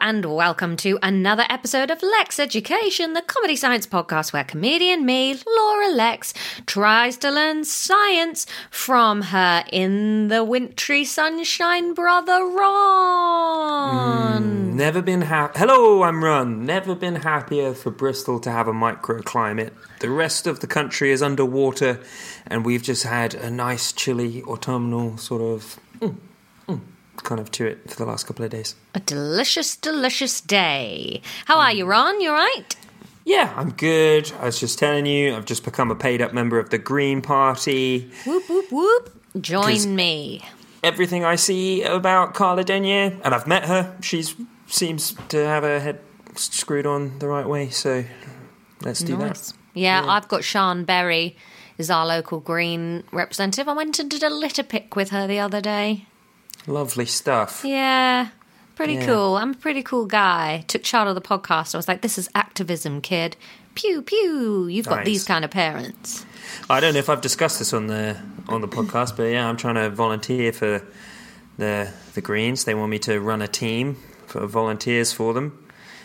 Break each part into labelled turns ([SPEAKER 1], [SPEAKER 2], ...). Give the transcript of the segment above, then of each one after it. [SPEAKER 1] and welcome to another episode of Lex Education, the comedy science podcast where comedian me, Laura Lex, tries to learn science from her in the wintry sunshine brother Ron.
[SPEAKER 2] Never been happy. Hello, I'm Ron. Never been happier for Bristol to have a microclimate. The rest of the country is underwater, and we've just had a nice, chilly, autumnal sort of mm, mm, kind of to it for the last couple of days.
[SPEAKER 1] A delicious, delicious day. How are
[SPEAKER 2] Mm.
[SPEAKER 1] you, Ron? You all right?
[SPEAKER 2] Yeah, I'm good. I was just telling you, I've just become a paid up member of the Green Party.
[SPEAKER 1] Whoop, whoop, whoop.
[SPEAKER 2] Yes.
[SPEAKER 1] Join me.
[SPEAKER 2] Everything I see about Carla Denier, and I've met her, she seems to have her head screwed on the right way, so let's do that.
[SPEAKER 1] Yeah, I've got Sean Berry is our local Green representative. I went and did a litter pick with her the other day.
[SPEAKER 2] Lovely stuff.
[SPEAKER 1] Yeah, pretty
[SPEAKER 2] Yeah.
[SPEAKER 1] cool. I'm a pretty cool guy. Took charge of the podcast. I was like, this is activism, kid. Pew pew. You've got
[SPEAKER 2] Nice.
[SPEAKER 1] these kind of parents.
[SPEAKER 2] I don't know if I've discussed this on the on the podcast, but yeah, I'm trying to volunteer for the the Greens. They want me to run a team for volunteers for them.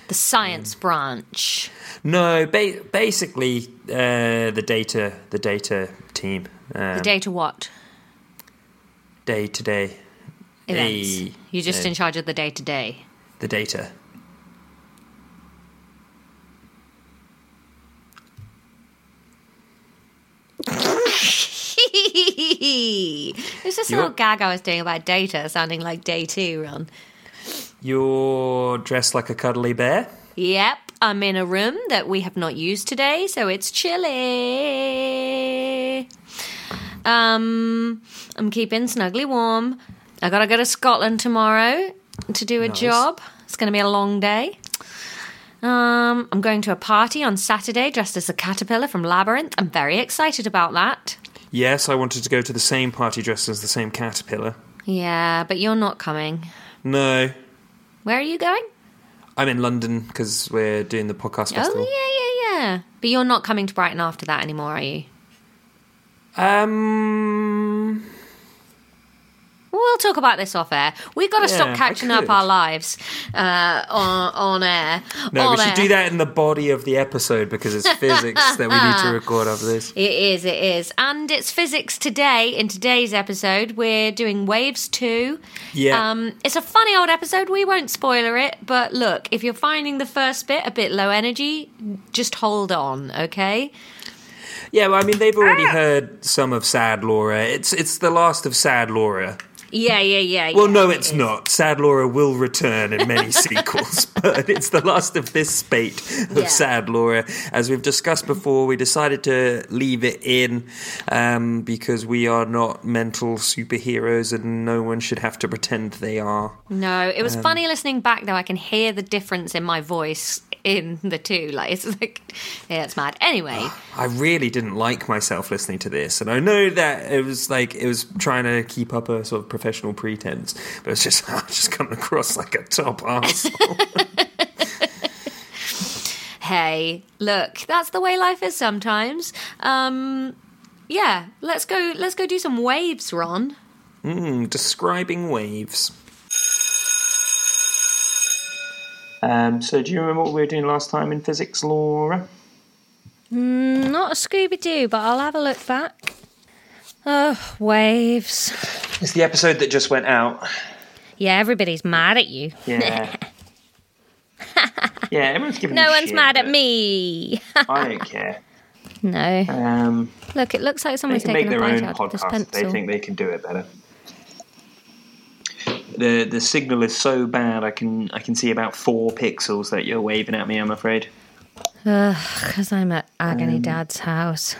[SPEAKER 1] The science branch.
[SPEAKER 2] No, ba- basically uh, the data the data team
[SPEAKER 1] The
[SPEAKER 2] um,
[SPEAKER 1] day to what?
[SPEAKER 2] day to day
[SPEAKER 1] Events.
[SPEAKER 2] Hey,
[SPEAKER 1] You're just
[SPEAKER 2] hey.
[SPEAKER 1] in charge of the day to day.
[SPEAKER 2] the data.
[SPEAKER 1] It's just a
[SPEAKER 2] You
[SPEAKER 1] little
[SPEAKER 2] want-
[SPEAKER 1] gag I was doing about data sounding like day two, Ron.
[SPEAKER 2] You're dressed like a cuddly bear.
[SPEAKER 1] Yep, I'm in a room that we have not used today, so it's chilly. Um, I'm keeping snugly warm. I gotta go to Scotland tomorrow to do a
[SPEAKER 2] Nice.
[SPEAKER 1] job. It's gonna be a long day. Um, I'm going to a party on Saturday dressed as a caterpillar from Labyrinth. I'm very excited about that.
[SPEAKER 2] Yes, I wanted to go to the same party dressed as the same caterpillar.
[SPEAKER 1] Yeah, but you're not coming.
[SPEAKER 2] No,
[SPEAKER 1] Where are you going?
[SPEAKER 2] I'm in London because we're doing the podcast festival.
[SPEAKER 1] Oh, yeah, yeah, yeah. But you're not coming to Brighton after that anymore, are you?
[SPEAKER 2] Um,
[SPEAKER 1] We'll talk about this off air. We've got to
[SPEAKER 2] Yeah,
[SPEAKER 1] stop catching
[SPEAKER 2] I
[SPEAKER 1] up
[SPEAKER 2] could.
[SPEAKER 1] our lives uh, on, on air.
[SPEAKER 2] no,
[SPEAKER 1] on
[SPEAKER 2] we should
[SPEAKER 1] air.
[SPEAKER 2] do that in the body of the episode because it's physics that we need to record after this.
[SPEAKER 1] It is, it is. And it's physics today. In today's episode, we're doing Waves 2.
[SPEAKER 2] Yeah.
[SPEAKER 1] Um, it's a funny old episode. We won't spoiler it. But look, if you're finding the first bit a bit low energy, just hold on, okay?
[SPEAKER 2] Yeah, well, I mean, they've already heard some of Sad Laura. It's it's the last of Sad Laura.
[SPEAKER 1] Yeah, yeah, yeah.
[SPEAKER 2] Well,
[SPEAKER 1] yeah,
[SPEAKER 2] no,
[SPEAKER 1] it
[SPEAKER 2] it's
[SPEAKER 1] is.
[SPEAKER 2] not. Sad Laura will return in many sequels, but it's the last of this spate of
[SPEAKER 1] Yeah.
[SPEAKER 2] Sad Laura. As we've discussed before, we decided to leave it in um, because we are not mental superheroes and no one should have to pretend they are.
[SPEAKER 1] No, it was
[SPEAKER 2] Um,
[SPEAKER 1] funny listening back though. I can hear the difference in my voice in the two. Like it's like, yeah, it's mad. Anyway,
[SPEAKER 2] I really didn't like myself listening to this, and I know that it was like it was trying to keep up a sort of professional pretense, but it's just I'm just coming across like a top ass.
[SPEAKER 1] hey, look, that's the way life is sometimes. Um, yeah, let's go. Let's go do some waves, Ron.
[SPEAKER 2] describing waves. Um, so, do you remember what we were doing last time in physics, Laura?
[SPEAKER 1] Not a Scooby Doo, but I'll have a look back. Oh, waves.
[SPEAKER 2] It's the episode that just went out.
[SPEAKER 1] Yeah, everybody's mad at you.
[SPEAKER 2] Yeah. yeah, everyone's giving.
[SPEAKER 1] No
[SPEAKER 2] me
[SPEAKER 1] one's
[SPEAKER 2] shit,
[SPEAKER 1] mad at
[SPEAKER 2] but
[SPEAKER 1] me.
[SPEAKER 2] I don't care.
[SPEAKER 1] no.
[SPEAKER 2] Um,
[SPEAKER 1] Look, it looks like
[SPEAKER 2] they
[SPEAKER 1] someone's
[SPEAKER 2] can make
[SPEAKER 1] taking a
[SPEAKER 2] their
[SPEAKER 1] bite
[SPEAKER 2] own
[SPEAKER 1] out of this
[SPEAKER 2] podcast. if They
[SPEAKER 1] pencil.
[SPEAKER 2] think they can do it better. The the signal is so bad. I can I can see about four pixels that you're waving at me. I'm afraid.
[SPEAKER 1] Because I'm at Agony
[SPEAKER 2] Um,
[SPEAKER 1] Dad's house.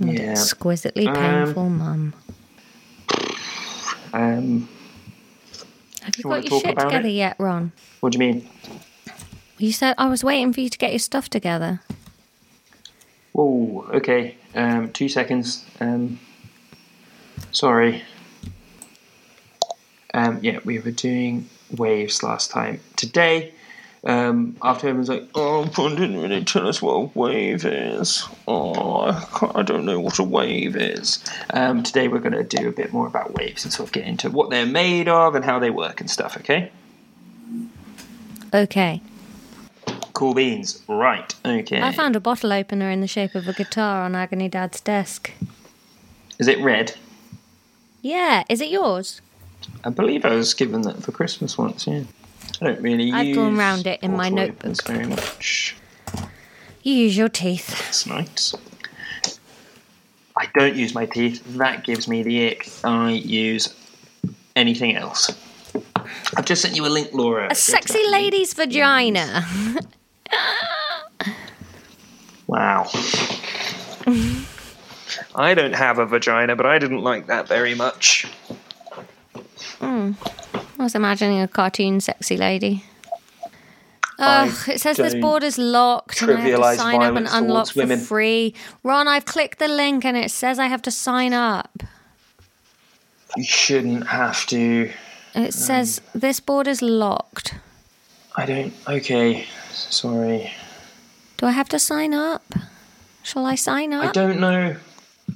[SPEAKER 1] And
[SPEAKER 2] Yeah.
[SPEAKER 1] exquisitely
[SPEAKER 2] Um,
[SPEAKER 1] painful, Mum.
[SPEAKER 2] Um,
[SPEAKER 1] Have you
[SPEAKER 2] wanna
[SPEAKER 1] got your
[SPEAKER 2] talk
[SPEAKER 1] shit
[SPEAKER 2] about it?
[SPEAKER 1] together yet, Ron?
[SPEAKER 2] what do you mean?
[SPEAKER 1] You said I was waiting for you to get your stuff together.
[SPEAKER 2] Whoa, okay. Um, two seconds. Um, sorry. Um, yeah, we were doing waves last time. Today, Um, after everyone's like, oh, Bond didn't really tell us what a wave is. Oh, I, can't- I don't know what a wave is. Um, today we're going to do a bit more about waves and sort of get into what they're made of and how they work and stuff, okay?
[SPEAKER 1] Okay.
[SPEAKER 2] Cool beans. Right, okay.
[SPEAKER 1] I found a bottle opener in the shape of a guitar on Agony Dad's desk.
[SPEAKER 2] is it red?
[SPEAKER 1] Yeah, is it yours?
[SPEAKER 2] I believe I was given that for Christmas once, yeah. I don't really
[SPEAKER 1] I've
[SPEAKER 2] use
[SPEAKER 1] gone round it in my
[SPEAKER 2] bottle openers
[SPEAKER 1] notebook.
[SPEAKER 2] very much.
[SPEAKER 1] You use your teeth.
[SPEAKER 2] That's nice. I don't use my teeth. That gives me the ick. I use anything else. I've just sent you a link, Laura.
[SPEAKER 1] A sexy lady's vagina.
[SPEAKER 2] Wow. I don't have a vagina, but I didn't like that very much.
[SPEAKER 1] I was imagining a cartoon sexy lady. Ugh, it says this
[SPEAKER 2] don't
[SPEAKER 1] board is locked and I have
[SPEAKER 2] trivialise
[SPEAKER 1] to sign up and
[SPEAKER 2] violence towards
[SPEAKER 1] unlock for
[SPEAKER 2] women.
[SPEAKER 1] free. Ron, I've clicked the link and it says I have to sign up.
[SPEAKER 2] You shouldn't have to.
[SPEAKER 1] It says this board is locked.
[SPEAKER 2] I don't. Okay. Sorry.
[SPEAKER 1] Do I have to sign up? Shall I sign
[SPEAKER 2] I
[SPEAKER 1] up?
[SPEAKER 2] don't know.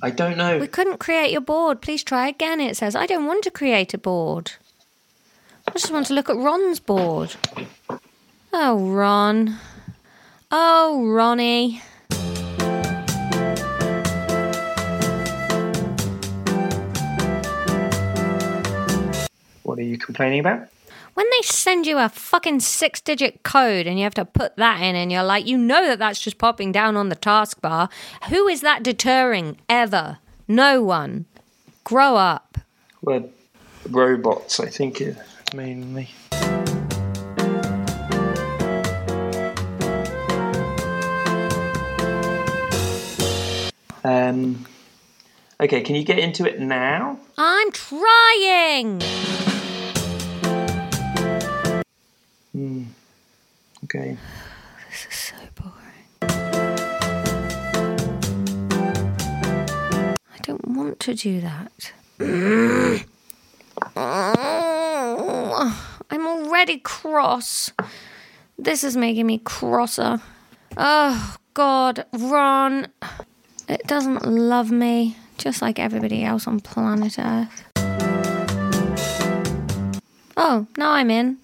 [SPEAKER 2] I don't know.
[SPEAKER 1] We couldn't create your board. Please try again, it says. I don't want to create a board. I just want to look at Ron's board. Oh, Ron. Oh, Ronnie.
[SPEAKER 2] What are you complaining about?
[SPEAKER 1] When they send you a fucking six digit code and you have to put that in, and you're like, you know that that's just popping down on the taskbar. Who is that deterring ever? No one. Grow up.
[SPEAKER 2] Well, robots, I think, uh, mainly. Um, okay, can you get into it now?
[SPEAKER 1] I'm trying.
[SPEAKER 2] Okay.
[SPEAKER 1] This is so boring. I don't want to do that. I'm already cross. This is making me crosser. Oh, God, Ron. It doesn't love me, just like everybody else on planet Earth. Oh, now I'm in.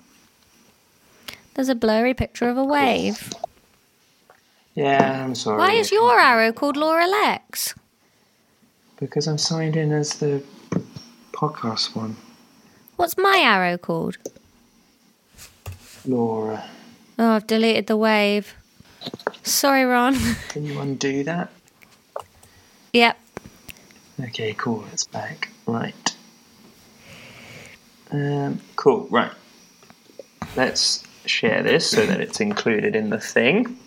[SPEAKER 1] There's a blurry picture of a wave.
[SPEAKER 2] Yeah, I'm sorry.
[SPEAKER 1] Why is your arrow called Laura Lex?
[SPEAKER 2] Because I'm signed in as the podcast one,
[SPEAKER 1] What's my arrow called?
[SPEAKER 2] Laura.
[SPEAKER 1] Oh, I've deleted the wave. Sorry, Ron.
[SPEAKER 2] Can you undo that?
[SPEAKER 1] yep.
[SPEAKER 2] Okay, cool. It's back. Right. Um, cool. Right. Let's share this so that it's included in the thing.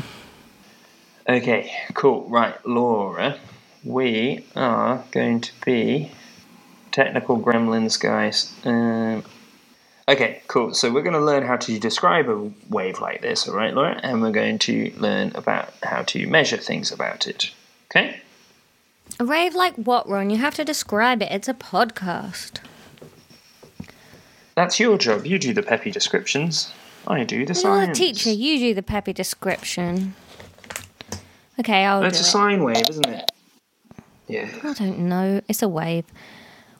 [SPEAKER 2] Hmm. Okay. Cool. Right, Laura. We are going to be technical gremlins, guys. Um, Okay, cool. So we're going to learn how to describe a wave like this, all right, Laura? And we're going to learn about how to measure things about it. Okay?
[SPEAKER 1] A wave like what, Ron? You have to describe it. It's a podcast.
[SPEAKER 2] That's your job. You do the peppy descriptions. I do the
[SPEAKER 1] You're the
[SPEAKER 2] science.
[SPEAKER 1] teacher. You do the peppy description. Okay, I'll
[SPEAKER 2] That's
[SPEAKER 1] do
[SPEAKER 2] a
[SPEAKER 1] it.
[SPEAKER 2] sine wave, isn't it? Yeah.
[SPEAKER 1] I don't know. It's a wave.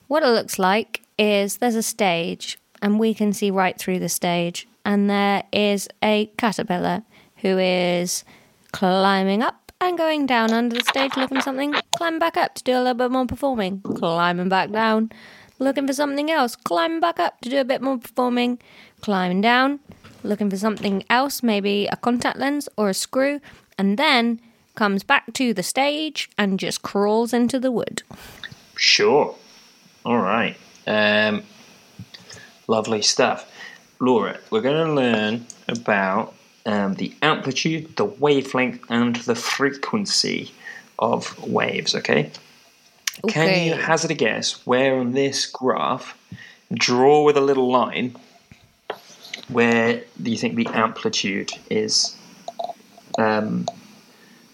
[SPEAKER 1] What it looks like is there's a stage, and we can see right through the stage, and there is a caterpillar who is climbing up and going down under the stage looking for something, climbing back up to do a little bit more performing, climbing back down, looking for something else, climbing back up to do a bit more performing, climbing down, looking for something else, maybe a contact lens or a screw, and then comes back to the stage and just crawls into the wood.
[SPEAKER 2] Sure. All right. Um, lovely stuff. Laura, we're going to learn about um, the amplitude, the wavelength, and the frequency of waves, okay? Can you hazard a guess where on this graph, draw with a little line, where do you think the amplitude is um,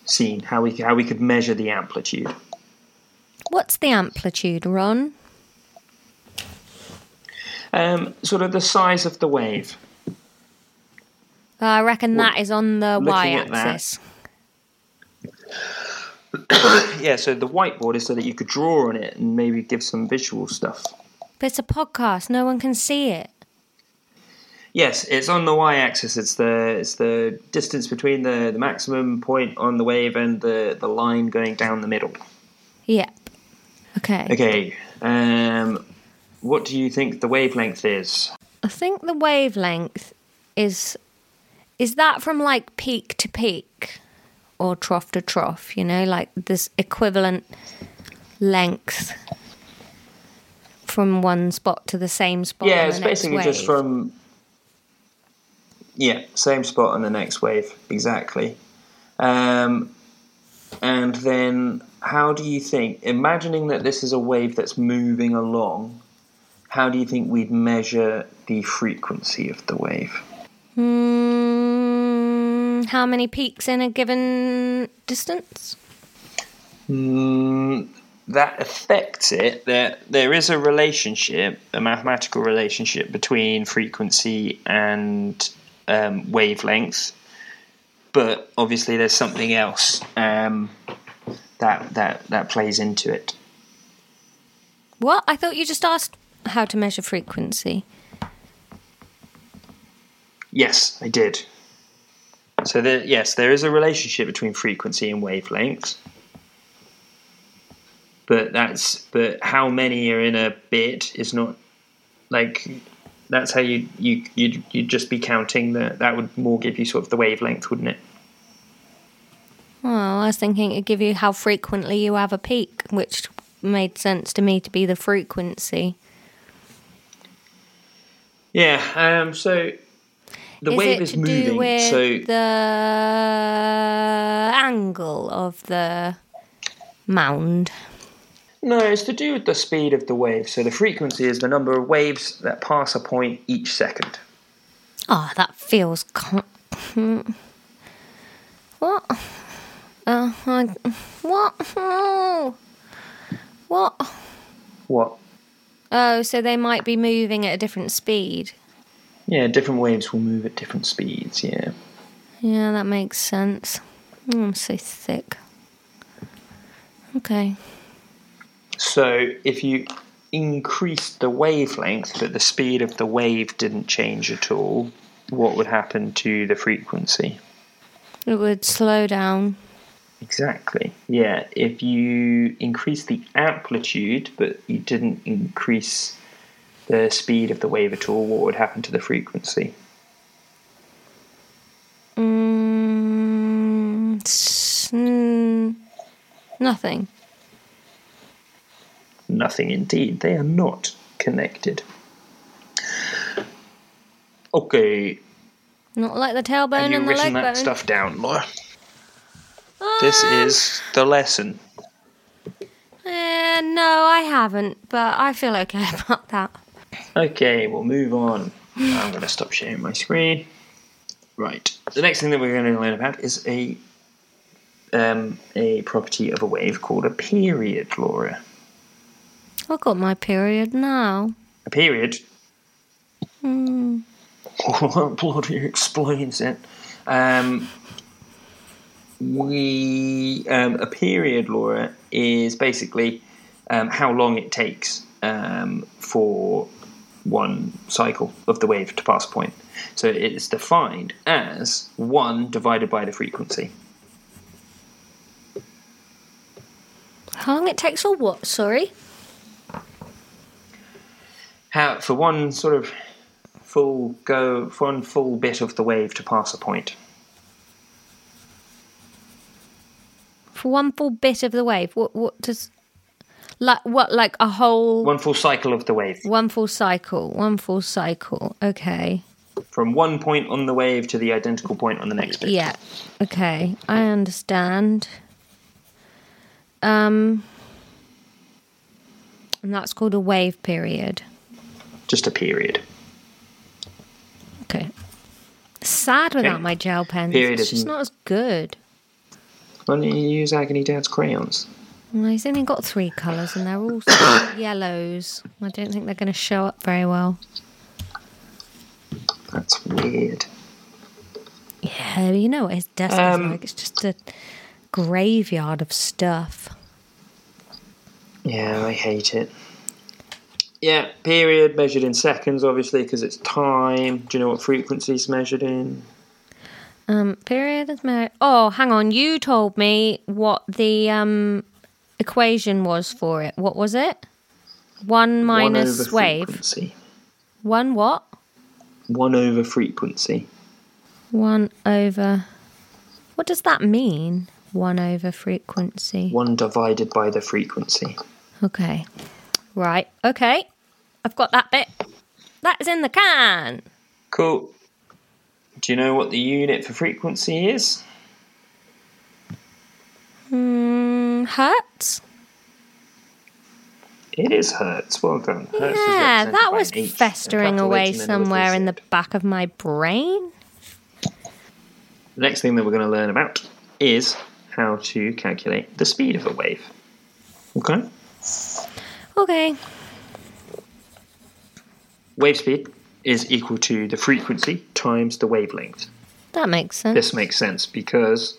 [SPEAKER 2] seen? How we how we could measure the amplitude?
[SPEAKER 1] What's the amplitude, Ron?
[SPEAKER 2] Um, sort of the size of the wave.
[SPEAKER 1] Uh, I reckon that is on the
[SPEAKER 2] looking
[SPEAKER 1] y
[SPEAKER 2] at that.
[SPEAKER 1] axis.
[SPEAKER 2] Yeah, so the whiteboard is so that you could draw on it and maybe give some visual stuff.
[SPEAKER 1] But it's a podcast, no one can see it.
[SPEAKER 2] Yes, it's on the y-axis. It's the it's the distance between the, the maximum point on the wave and the, the line going down the middle.
[SPEAKER 1] Yep. Okay.
[SPEAKER 2] Okay. Um, what do you think the wavelength is?
[SPEAKER 1] I think the wavelength is is that from like peak to peak or trough to trough, you know, like this equivalent length from one spot to the same spot.
[SPEAKER 2] yeah,
[SPEAKER 1] on
[SPEAKER 2] it's
[SPEAKER 1] the next
[SPEAKER 2] basically just
[SPEAKER 1] wave.
[SPEAKER 2] from yeah, same spot on the next wave exactly. Um, and then how do you think imagining that this is a wave that's moving along, how do you think we'd measure the frequency of the wave?
[SPEAKER 1] Mm, how many peaks in a given distance?
[SPEAKER 2] Mm, that affects it. There, there is a relationship, a mathematical relationship between frequency and um, wavelength, but obviously there's something else um, that that that plays into it.
[SPEAKER 1] What? I thought you just asked how to measure frequency.
[SPEAKER 2] Yes, I did. So there, yes, there is a relationship between frequency and wavelength. But that's but how many are in a bit is not like that's how you you you'd, you'd just be counting the that would more give you sort of the wavelength, wouldn't it?
[SPEAKER 1] Well, I was thinking it'd give you how frequently you have a peak, which made sense to me to be the frequency.
[SPEAKER 2] Yeah. Um. So the wave
[SPEAKER 1] it
[SPEAKER 2] is
[SPEAKER 1] to do
[SPEAKER 2] moving.
[SPEAKER 1] with
[SPEAKER 2] So
[SPEAKER 1] the angle of the mound.
[SPEAKER 2] No, it's to do with the speed of the wave. So the frequency is the number of waves that pass a point each second.
[SPEAKER 1] Oh, that feels. Con- what? Uh, I, what? Oh. What?
[SPEAKER 2] What?
[SPEAKER 1] Oh, so they might be moving at a different speed.
[SPEAKER 2] Yeah, different waves will move at different speeds. Yeah.
[SPEAKER 1] Yeah, that makes sense. Mm, I'm so thick. Okay.
[SPEAKER 2] So if you increased the wavelength, but the speed of the wave didn't change at all, what would happen to the frequency?
[SPEAKER 1] It would slow down.
[SPEAKER 2] Exactly. Yeah. If you increase the amplitude, but you didn't increase the speed of the wave at all, what would happen to the frequency?
[SPEAKER 1] Mm, s- mm, nothing.
[SPEAKER 2] Nothing indeed. They are not connected. Okay,
[SPEAKER 1] Not like the tailbone
[SPEAKER 2] have you
[SPEAKER 1] and the
[SPEAKER 2] written
[SPEAKER 1] leg
[SPEAKER 2] that
[SPEAKER 1] bone. Ah,
[SPEAKER 2] stuff down, Laura? This is the lesson.
[SPEAKER 1] Eh, no, I haven't, but I feel okay about that.
[SPEAKER 2] Okay, we'll move on. I'm going to stop sharing my screen. Right. The next thing that we're going to learn about is a um, a property of a wave called a period, Laura.
[SPEAKER 1] I've got my period now. Hmm,
[SPEAKER 2] A period. That bloody explains it. Um, we um, a period, Laura, is basically um, how long it takes um, for one cycle of the wave to pass a point. So it is defined as one divided by the frequency.
[SPEAKER 1] How long it takes or what? Sorry.
[SPEAKER 2] How for one sort of full go, for one full bit of the wave to pass a point.
[SPEAKER 1] For one full bit of the wave. What? What does? Like what? Like a whole one,
[SPEAKER 2] One full cycle of the wave.
[SPEAKER 1] full cycle. One full cycle. Okay.
[SPEAKER 2] from one point on the wave to the identical point on the next bit.
[SPEAKER 1] Yeah. Okay. I understand. Um. And that's called a wave period.
[SPEAKER 2] Just a period.
[SPEAKER 1] Okay. Sad without
[SPEAKER 2] Okay.
[SPEAKER 1] my gel pens.
[SPEAKER 2] Period
[SPEAKER 1] it's just
[SPEAKER 2] isn't-
[SPEAKER 1] not as good.
[SPEAKER 2] Why don't you use Agony Dad's crayons?
[SPEAKER 1] Well, he's only got three colours and they're all sort of yellows. I don't think they're going to show up very well.
[SPEAKER 3] That's weird.
[SPEAKER 1] Yeah, you know what his desk
[SPEAKER 3] Um,
[SPEAKER 1] is like. It's just a graveyard of stuff.
[SPEAKER 3] Yeah, I hate it. Yeah, period measured in seconds, obviously, because it's time. Do you know what frequency is measured in?
[SPEAKER 1] Um, period is mar- Oh, hang on. You told me what the um equation was for it. What was it? One minus
[SPEAKER 3] One over
[SPEAKER 1] wave.
[SPEAKER 3] frequency.
[SPEAKER 1] One what?
[SPEAKER 3] One over frequency.
[SPEAKER 1] One over. What does that mean? One over frequency.
[SPEAKER 3] One divided by the frequency.
[SPEAKER 1] Okay. Right. Okay. I've got that bit. That is in the can.
[SPEAKER 3] Cool. Do you know what the unit for frequency is?
[SPEAKER 1] Mm, hertz.
[SPEAKER 3] It is hertz. Well done. Hertz is
[SPEAKER 1] Yeah,
[SPEAKER 3] represented
[SPEAKER 1] that
[SPEAKER 3] by
[SPEAKER 1] was
[SPEAKER 3] an H, a
[SPEAKER 1] festering
[SPEAKER 3] capital
[SPEAKER 1] away
[SPEAKER 3] H and then a little
[SPEAKER 1] somewhere in
[SPEAKER 3] Z.
[SPEAKER 1] the back of my brain.
[SPEAKER 3] The next thing that we're going to learn about is how to calculate the speed of a wave. Okay?
[SPEAKER 1] Okay.
[SPEAKER 3] Wave speed is equal to the frequency times the wavelength.
[SPEAKER 1] That makes sense.
[SPEAKER 3] This makes sense because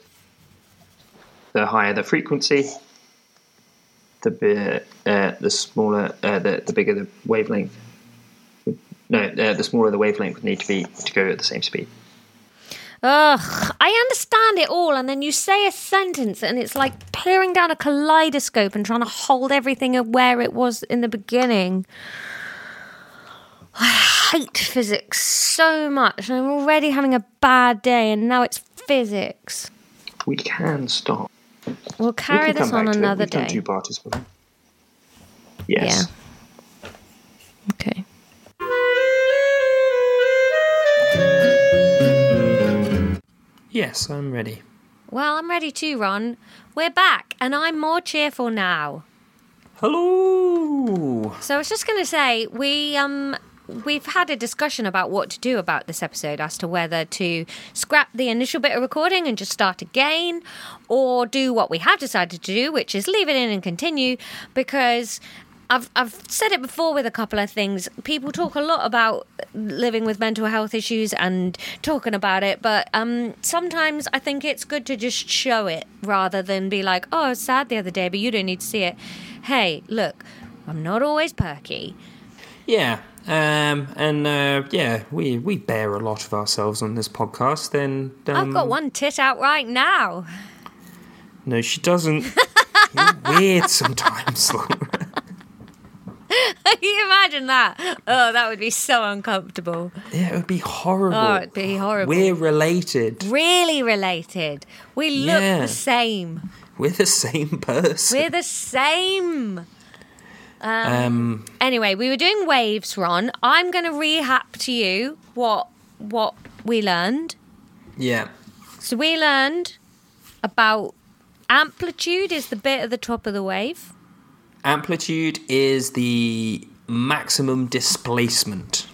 [SPEAKER 3] the higher the frequency, the bi- uh, the smaller uh, the, the bigger the wavelength. No, uh, the smaller the wavelength would need to be to go at the same speed.
[SPEAKER 1] Ugh, I understand it all, and then you say a sentence, and it's like peering down a kaleidoscope and trying to hold everything at where it was in the beginning. I hate physics so much, and I'm already having a bad day, and now it's physics.
[SPEAKER 3] We can stop.
[SPEAKER 1] We'll
[SPEAKER 3] We
[SPEAKER 1] carry
[SPEAKER 3] can
[SPEAKER 1] this
[SPEAKER 3] come
[SPEAKER 1] on
[SPEAKER 3] back to it.
[SPEAKER 1] another
[SPEAKER 3] We've done
[SPEAKER 1] day.
[SPEAKER 3] two parties with it. Yes.
[SPEAKER 1] Yeah. Okay.
[SPEAKER 2] Yes, I'm ready.
[SPEAKER 1] Well, I'm ready too, Ron. We're back, and I'm more cheerful now.
[SPEAKER 2] Hello.
[SPEAKER 1] So I was just going to say we um we've had a discussion about what to do about this episode as to whether to scrap the initial bit of recording and just start again or do what we have decided to do which is leave it in and continue because I've, I've said it before with a couple of things. People talk a lot about living with mental health issues and talking about it, but um, sometimes I think it's good to just show it rather than be like, oh, I was sad the other day, but you don't need to see it. Hey, look, I'm not always perky.
[SPEAKER 2] Yeah. Um, and uh, yeah, we, we bear a lot of ourselves on this podcast. And um,
[SPEAKER 1] I've got one tit out right now.
[SPEAKER 2] No, she doesn't. You're weird sometimes. Laura.
[SPEAKER 1] Can you imagine that? Oh, that would be so uncomfortable.
[SPEAKER 2] yeah, it would be horrible.
[SPEAKER 1] Oh, it'd be horrible.
[SPEAKER 2] We're related.
[SPEAKER 1] Really related. We look
[SPEAKER 2] Yeah.
[SPEAKER 1] the same.
[SPEAKER 2] We're the same person.
[SPEAKER 1] We're the same.
[SPEAKER 2] um,
[SPEAKER 1] Anyway, we were doing waves, Ron. I'm going to rehab to you what what we learned.
[SPEAKER 2] yeah.
[SPEAKER 1] So we learned about amplitude is the bit at the top of the wave.
[SPEAKER 2] Amplitude is the maximum displacement.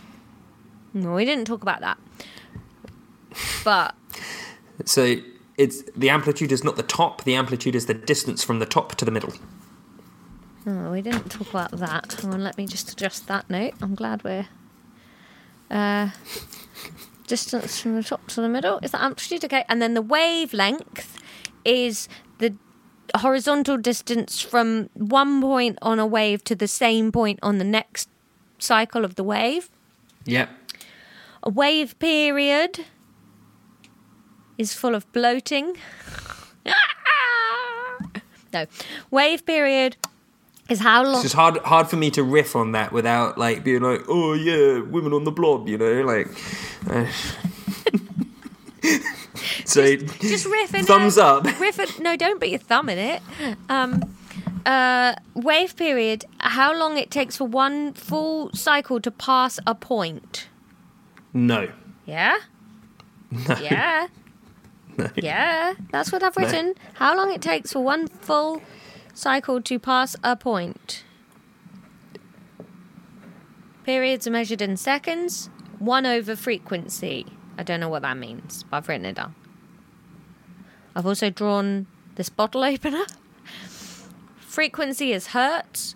[SPEAKER 1] No, we didn't talk about that. But
[SPEAKER 2] So it's the amplitude is not the top. The amplitude is the distance from the top to the middle.
[SPEAKER 1] Oh, we didn't talk about that. Hang on, let me just adjust that note. I'm glad we're. Uh, distance from the top to the middle is the amplitude, okay? And then the wavelength is the horizontal distance from one point on a wave to the same point on the next cycle of the wave.
[SPEAKER 2] Yeah.
[SPEAKER 1] A wave period is full of bloating. no. Wave period is how long.
[SPEAKER 2] It's just hard hard for me to riff on that without like being like, oh yeah, women on the blob, you know, like. uh, so
[SPEAKER 1] just riff in
[SPEAKER 2] Thumbs
[SPEAKER 1] it.
[SPEAKER 2] up.
[SPEAKER 1] Riff it. No, don't put your thumb in it. Um, uh, wave period. How long it takes for one full cycle to pass a point?
[SPEAKER 2] no,
[SPEAKER 1] Yeah. Yeah.
[SPEAKER 2] no.
[SPEAKER 1] Yeah. That's what I've written. How long it takes for one full cycle to pass a point? Periods are measured in seconds. One over frequency. I don't know what that means, but I've written it down. I've also drawn this bottle opener Frequency is hertz.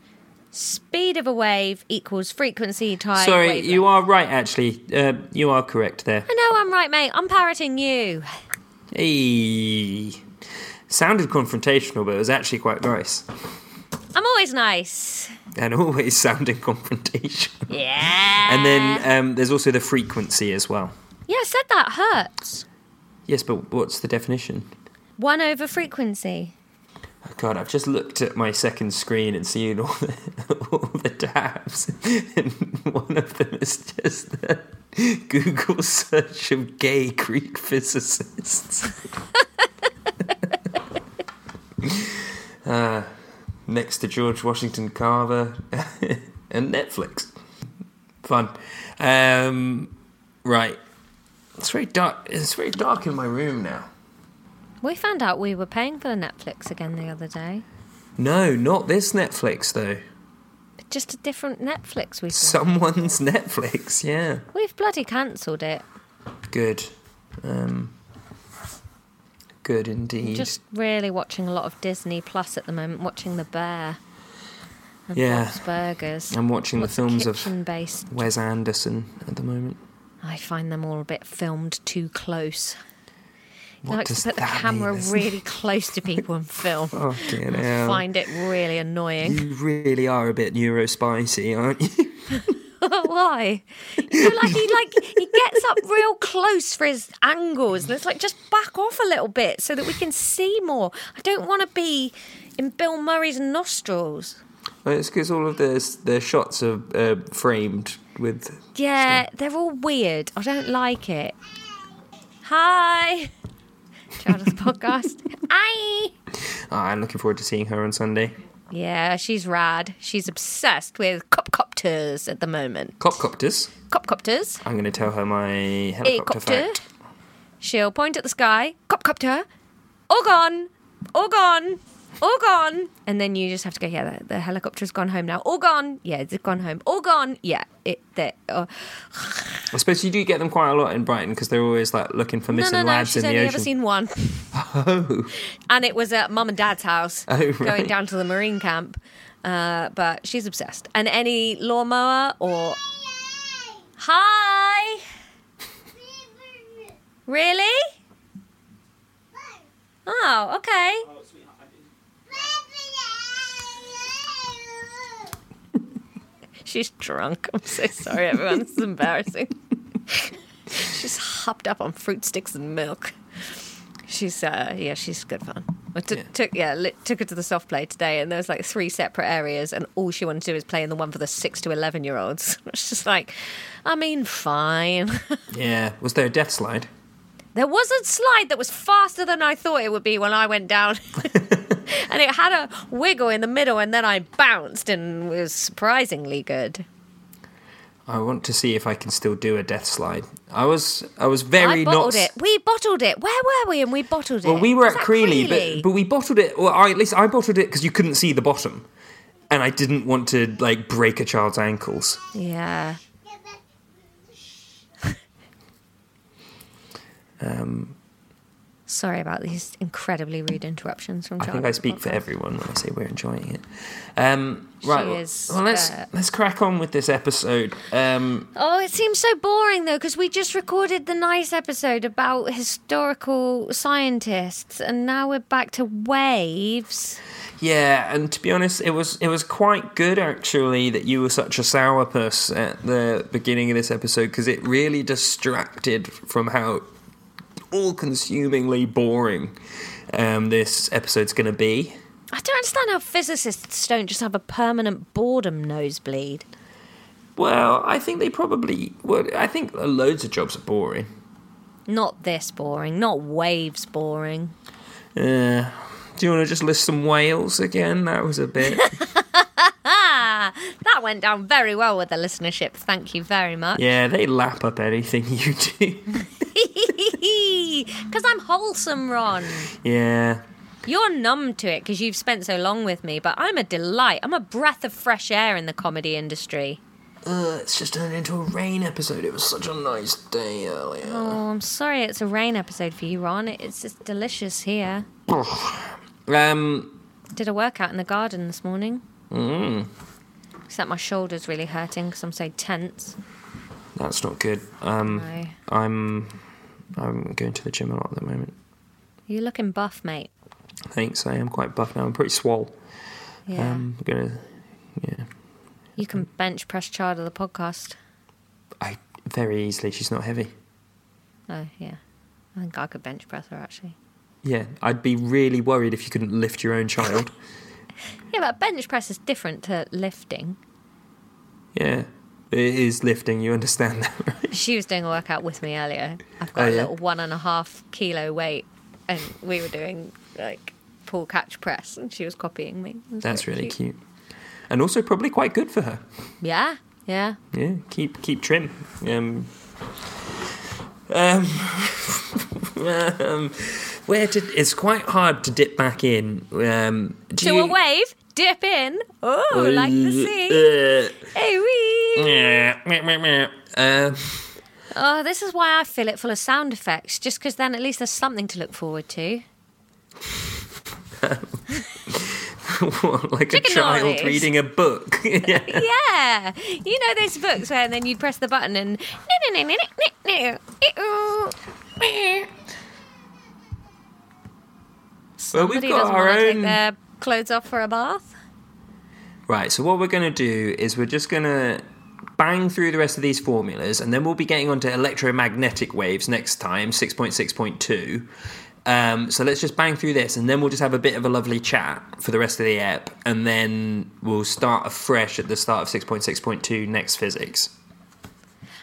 [SPEAKER 1] Speed of a wave equals frequency times.
[SPEAKER 2] Sorry, you are right, actually. Uh, you are correct there.
[SPEAKER 1] I know I'm right, mate. I'm parroting you.
[SPEAKER 2] Hey. Sounded confrontational, but it was actually quite nice.
[SPEAKER 1] I'm always nice.
[SPEAKER 2] And always sounding confrontational.
[SPEAKER 1] Yeah.
[SPEAKER 2] And then um, there's also the frequency as well.
[SPEAKER 1] Yeah, I said that hurts.
[SPEAKER 2] Yes, but what's the definition?
[SPEAKER 1] One over frequency.
[SPEAKER 2] Oh, God, I've just looked at my second screen and seen all the, all the tabs, and one of them is just the Google search of gay Greek physicists. uh, next to George Washington Carver and Netflix. Fun. Um, right. It's very dark. It's very dark in my room now.
[SPEAKER 1] We found out we were paying for the Netflix again the other day.
[SPEAKER 2] No, not this Netflix though.
[SPEAKER 1] But just a different Netflix we've got.
[SPEAKER 2] Someone's Netflix. Yeah.
[SPEAKER 1] We've bloody cancelled it.
[SPEAKER 2] Good. Um, good indeed.
[SPEAKER 1] Just really watching a lot of Disney Plus at the moment, watching The Bear and
[SPEAKER 2] Yeah.
[SPEAKER 1] Bob's Burgers.
[SPEAKER 2] I'm watching the
[SPEAKER 1] Lots
[SPEAKER 2] films of
[SPEAKER 1] kitchen based.
[SPEAKER 2] Wes Anderson at the moment.
[SPEAKER 1] I find them all a bit filmed too close. They
[SPEAKER 2] What
[SPEAKER 1] like to
[SPEAKER 2] does
[SPEAKER 1] put the
[SPEAKER 2] that mean?
[SPEAKER 1] camera
[SPEAKER 2] There's-
[SPEAKER 1] really close to people and film.
[SPEAKER 2] Oh dear.
[SPEAKER 1] I
[SPEAKER 2] now.
[SPEAKER 1] find it really annoying.
[SPEAKER 2] You really are a bit neurospicy, aren't you?
[SPEAKER 1] Why? You know, like he like he gets up real close for his angles, and it's like just back off a little bit so that we can see more. I don't want to be in Bill Murray's nostrils.
[SPEAKER 2] Well, it's because all of their their shots are uh, framed with.
[SPEAKER 1] Yeah, they're all weird. I don't like it. Hi, child of the podcast. Hi.
[SPEAKER 2] Ah, I'm looking forward to seeing her on Sunday.
[SPEAKER 1] Yeah, she's rad. She's obsessed with copcopters at the moment.
[SPEAKER 2] Copcopters.
[SPEAKER 1] Copcopters,
[SPEAKER 2] I'm going to tell her my
[SPEAKER 1] a
[SPEAKER 2] helicopter
[SPEAKER 1] copter.
[SPEAKER 2] fact.
[SPEAKER 1] She'll point at the sky. Copcopter. All gone. All gone. All gone. And then you just have to go, yeah, the, the helicopter's gone home now. All gone. Yeah, it's gone home. All gone. Yeah, it. That. Oh.
[SPEAKER 2] I suppose you do get them quite a lot in Brighton because they're always like looking for
[SPEAKER 1] No,
[SPEAKER 2] missing
[SPEAKER 1] no, no.
[SPEAKER 2] lads
[SPEAKER 1] She's
[SPEAKER 2] in
[SPEAKER 1] only
[SPEAKER 2] the
[SPEAKER 1] ever
[SPEAKER 2] ocean.
[SPEAKER 1] seen one.
[SPEAKER 2] oh,
[SPEAKER 1] and it was at mum and dad's house
[SPEAKER 2] Oh,
[SPEAKER 1] going
[SPEAKER 2] right.
[SPEAKER 1] down to the marine camp uh, but she's obsessed and any lawnmower or hi really oh okay she's drunk i'm so sorry everyone this is embarrassing she's hopped up on fruit sticks and milk She's uh, yeah, she's good fun. I took
[SPEAKER 2] Yeah.
[SPEAKER 1] took yeah li- took her to the soft play today, and there was like three separate areas, and all she wanted to do is play in the one for the six to eleven year olds. It's just like, I mean, fine.
[SPEAKER 2] yeah. Was there a death slide?
[SPEAKER 1] there was a slide that was faster than I thought it would be when I went down, and it had a wiggle in the middle, and then I bounced and was surprisingly good.
[SPEAKER 2] I want to see if I can still do a death slide. I was I was very
[SPEAKER 1] I bottled
[SPEAKER 2] not.
[SPEAKER 1] it. We bottled it. Where were we? And we bottled it.
[SPEAKER 2] Well, we were
[SPEAKER 1] Was
[SPEAKER 2] at
[SPEAKER 1] that
[SPEAKER 2] Creeley,
[SPEAKER 1] Creeley?
[SPEAKER 2] but but we bottled it. Well, I, at least I bottled it because you couldn't see the bottom, and I didn't want to like break a child's ankles.
[SPEAKER 1] yeah. Sorry about these incredibly rude interruptions from
[SPEAKER 2] I
[SPEAKER 1] Charlie.
[SPEAKER 2] think I speak for everyone when I say we're enjoying it. Um, right. well-
[SPEAKER 1] is,
[SPEAKER 2] well, let's
[SPEAKER 1] uh,
[SPEAKER 2] let's crack on with this episode. Um,
[SPEAKER 1] Oh, it seems so boring though, because we just recorded the nice episode about historical scientists, and now we're back to waves.
[SPEAKER 2] yeah, and to be honest, it was it was quite good actually that you were such a sourpuss at the beginning of this episode because it really distracted from how all-consumingly boring um, this episode's going to be.
[SPEAKER 1] I don't understand how physicists don't just have a permanent boredom nosebleed.
[SPEAKER 2] Well, I think they probably. Well, I think loads of jobs are boring.
[SPEAKER 1] Not this boring, not waves boring.
[SPEAKER 2] Uh, do you want to just list some whales again? That was a bit.
[SPEAKER 1] Ah, that went down very well with the listenership. Thank you very much.
[SPEAKER 2] yeah, they lap up anything you do.
[SPEAKER 1] Because I'm wholesome, Ron.
[SPEAKER 2] yeah.
[SPEAKER 1] You're numb to it because you've spent so long with me, but I'm a delight. I'm a breath of fresh air in the comedy industry.
[SPEAKER 2] Uh, it's just turned into a rain episode. It was such a nice day earlier.
[SPEAKER 1] Oh, I'm sorry it's a rain episode for you, Ron. It's just delicious here.
[SPEAKER 2] Um,
[SPEAKER 1] Did a workout in the garden this morning.
[SPEAKER 2] Mm,
[SPEAKER 1] Except my shoulder's really hurting because I'm so tense.
[SPEAKER 2] that's not good. Um,
[SPEAKER 1] No.
[SPEAKER 2] I'm I'm going to the gym a lot at the moment.
[SPEAKER 1] You're looking buff, mate.
[SPEAKER 2] Thanks. I am quite buff now. I'm pretty swole. Um,
[SPEAKER 1] Yeah.
[SPEAKER 2] I'm gonna. Yeah.
[SPEAKER 1] you can bench press child of the podcast.
[SPEAKER 2] I very easily. She's not heavy.
[SPEAKER 1] Oh, yeah. I think I could bench press her, actually.
[SPEAKER 2] Yeah. I'd be really worried if you couldn't lift your own child.
[SPEAKER 1] Yeah, but bench press is different to lifting.
[SPEAKER 2] yeah. It is lifting. You understand that, right?
[SPEAKER 1] She was doing a workout with me earlier. I've got
[SPEAKER 2] Oh,
[SPEAKER 1] a
[SPEAKER 2] yeah?
[SPEAKER 1] little one and a half kilo weight, and we were doing like pull catch press, and she was copying me. It was
[SPEAKER 2] That's
[SPEAKER 1] very
[SPEAKER 2] really cute. And also probably quite good for her.
[SPEAKER 1] Yeah, yeah.
[SPEAKER 2] Yeah, keep keep trim. Um, um, um, where did it's quite hard to dip back in. Um, do
[SPEAKER 1] To
[SPEAKER 2] you,
[SPEAKER 1] a wave, dip in. Oh, like the sea.
[SPEAKER 2] Uh,
[SPEAKER 1] Hey, wee.
[SPEAKER 2] yeah, meh, meh, meh. Uh,
[SPEAKER 1] Oh, this is why I fill it full of sound effects, just because then at least there's something to look forward to.
[SPEAKER 2] what, like a
[SPEAKER 1] Chicken
[SPEAKER 2] child
[SPEAKER 1] noise.
[SPEAKER 2] reading a book. yeah.
[SPEAKER 1] Yeah, you know those books where then you'd press the button and.
[SPEAKER 2] Well, we've
[SPEAKER 1] Somebody
[SPEAKER 2] got
[SPEAKER 1] doesn't
[SPEAKER 2] our
[SPEAKER 1] want to take
[SPEAKER 2] own.
[SPEAKER 1] their clothes off for a bath.
[SPEAKER 2] Right, so what we're going to do is we're just going to bang through the rest of these formulas and then we'll be getting onto electromagnetic waves next time, 6.6.2. Um, so let's just bang through this and then we'll just have a bit of a lovely chat for the rest of the app and then we'll start afresh at the start of 6.6.2 next physics.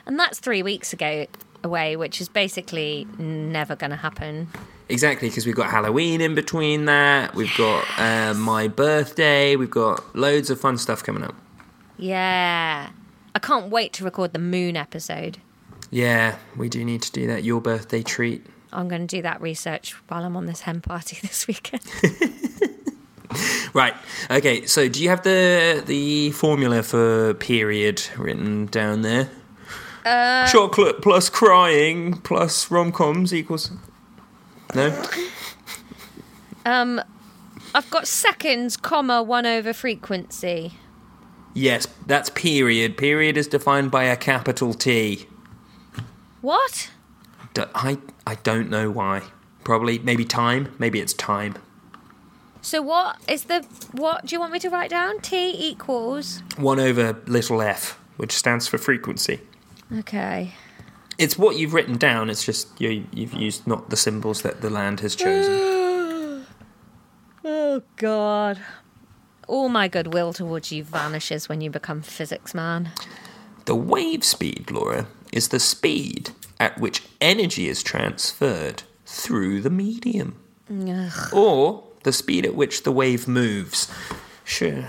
[SPEAKER 1] And that's three weeks ago away, which is basically never going to happen.
[SPEAKER 2] Exactly, because we've got Halloween in between that, we've got uh, my birthday, we've got loads of fun stuff coming up.
[SPEAKER 1] Yeah. I can't wait to record the moon episode.
[SPEAKER 2] Yeah, we do need to do that. Your birthday treat.
[SPEAKER 1] I'm going to do that research while I'm on this hen party this weekend.
[SPEAKER 2] Right. Okay. So, do you have the the formula for period written down there? Uh, Chocolate plus crying plus rom coms equals. No.
[SPEAKER 1] Um, I've got seconds, comma, one over frequency.
[SPEAKER 2] Yes, that's period. Period is defined by a capital T.
[SPEAKER 1] What?
[SPEAKER 2] D- I I don't know why. Probably maybe time. Maybe it's time.
[SPEAKER 1] So what is the what do you want me to write down? T equals
[SPEAKER 2] One over little f, which stands for frequency.
[SPEAKER 1] Okay.
[SPEAKER 2] It's what you've written down. It's just you you've used not the symbols that the land has chosen.
[SPEAKER 1] Oh god. All my goodwill towards you vanishes when you become physics man.
[SPEAKER 2] The wave speed, Laura, is the speed at which energy is transferred through the medium,
[SPEAKER 1] Ugh.
[SPEAKER 2] or the speed at which the wave moves. Sure.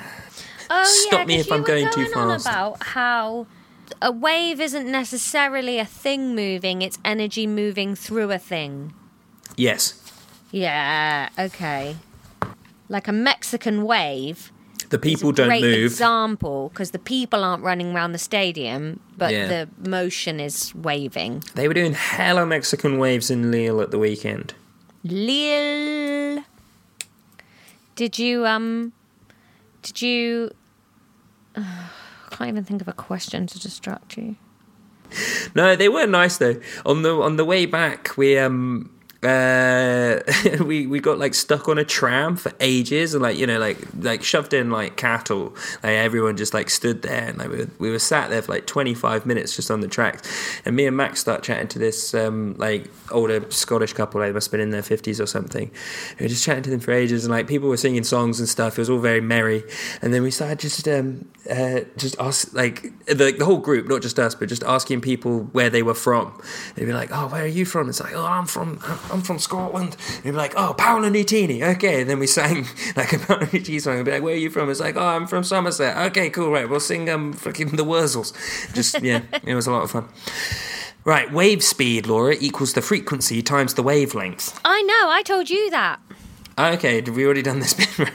[SPEAKER 1] Oh,
[SPEAKER 2] Stop
[SPEAKER 1] yeah,
[SPEAKER 2] me
[SPEAKER 1] 'cause
[SPEAKER 2] if
[SPEAKER 1] you
[SPEAKER 2] I'm
[SPEAKER 1] were
[SPEAKER 2] going too
[SPEAKER 1] on
[SPEAKER 2] fast.
[SPEAKER 1] about how a wave isn't necessarily a thing moving; it's energy moving through a thing.
[SPEAKER 2] Yes,
[SPEAKER 1] Yeah. Okay. Like a Mexican wave.
[SPEAKER 2] the people
[SPEAKER 1] Great
[SPEAKER 2] don't move.
[SPEAKER 1] example because the people aren't running around the stadium, but
[SPEAKER 2] Yeah.
[SPEAKER 1] the motion is waving.
[SPEAKER 2] They were doing hella Mexican waves in Lille at the weekend.
[SPEAKER 1] Lil. Did you um? Did you? I can't even think of a question to distract you.
[SPEAKER 2] No, they were nice though. On the on the way back, we um uh we we got like stuck on a tram for ages and like you know like like shoved in like cattle like everyone just like stood there and like we were, we were sat there for like 25 minutes just on the tracks and me and max start chatting to this um like older scottish couple they must have been in their 50s or something we were just chatting to them for ages and like people were singing songs and stuff it was all very merry and then we started just um uh just us like the, the whole group not just us but just asking people where they were from they'd be like oh where are you from it's like oh i'm from i'm from scotland and they'd be like oh paolo nutini okay and then we sang like a paolo nutini song and be like where are you from it's like oh i'm from somerset okay cool right we'll sing um freaking the wurzels just yeah it was a lot of fun right wave speed laura equals the frequency times the wavelength
[SPEAKER 1] I know. I told you that.
[SPEAKER 2] Ah, Okay, have we already done this bit? Right.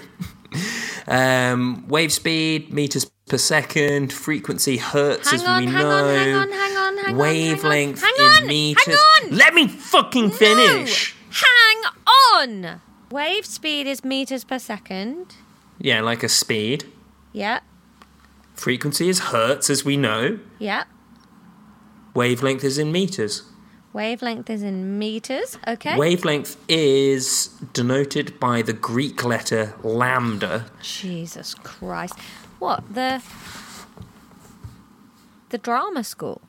[SPEAKER 2] um, wave speed, meters per second, frequency, hertz,
[SPEAKER 1] Hang
[SPEAKER 2] as
[SPEAKER 1] on,
[SPEAKER 2] we
[SPEAKER 1] hang
[SPEAKER 2] know.
[SPEAKER 1] on, hang on, hang on, hang on.
[SPEAKER 2] Wavelength
[SPEAKER 1] hang on,
[SPEAKER 2] in meters.
[SPEAKER 1] Hang on!
[SPEAKER 2] Let me fucking finish.
[SPEAKER 1] No! Hang on! Wave speed is meters per second.
[SPEAKER 2] Yeah, like a speed.
[SPEAKER 1] Yeah,
[SPEAKER 2] Frequency is hertz, as we know.
[SPEAKER 1] yeah.
[SPEAKER 2] Wavelength is in meters.
[SPEAKER 1] Wavelength is in meters. Okay.
[SPEAKER 2] Wavelength is denoted by the Greek letter lambda.
[SPEAKER 1] Jesus Christ. What the the drama school?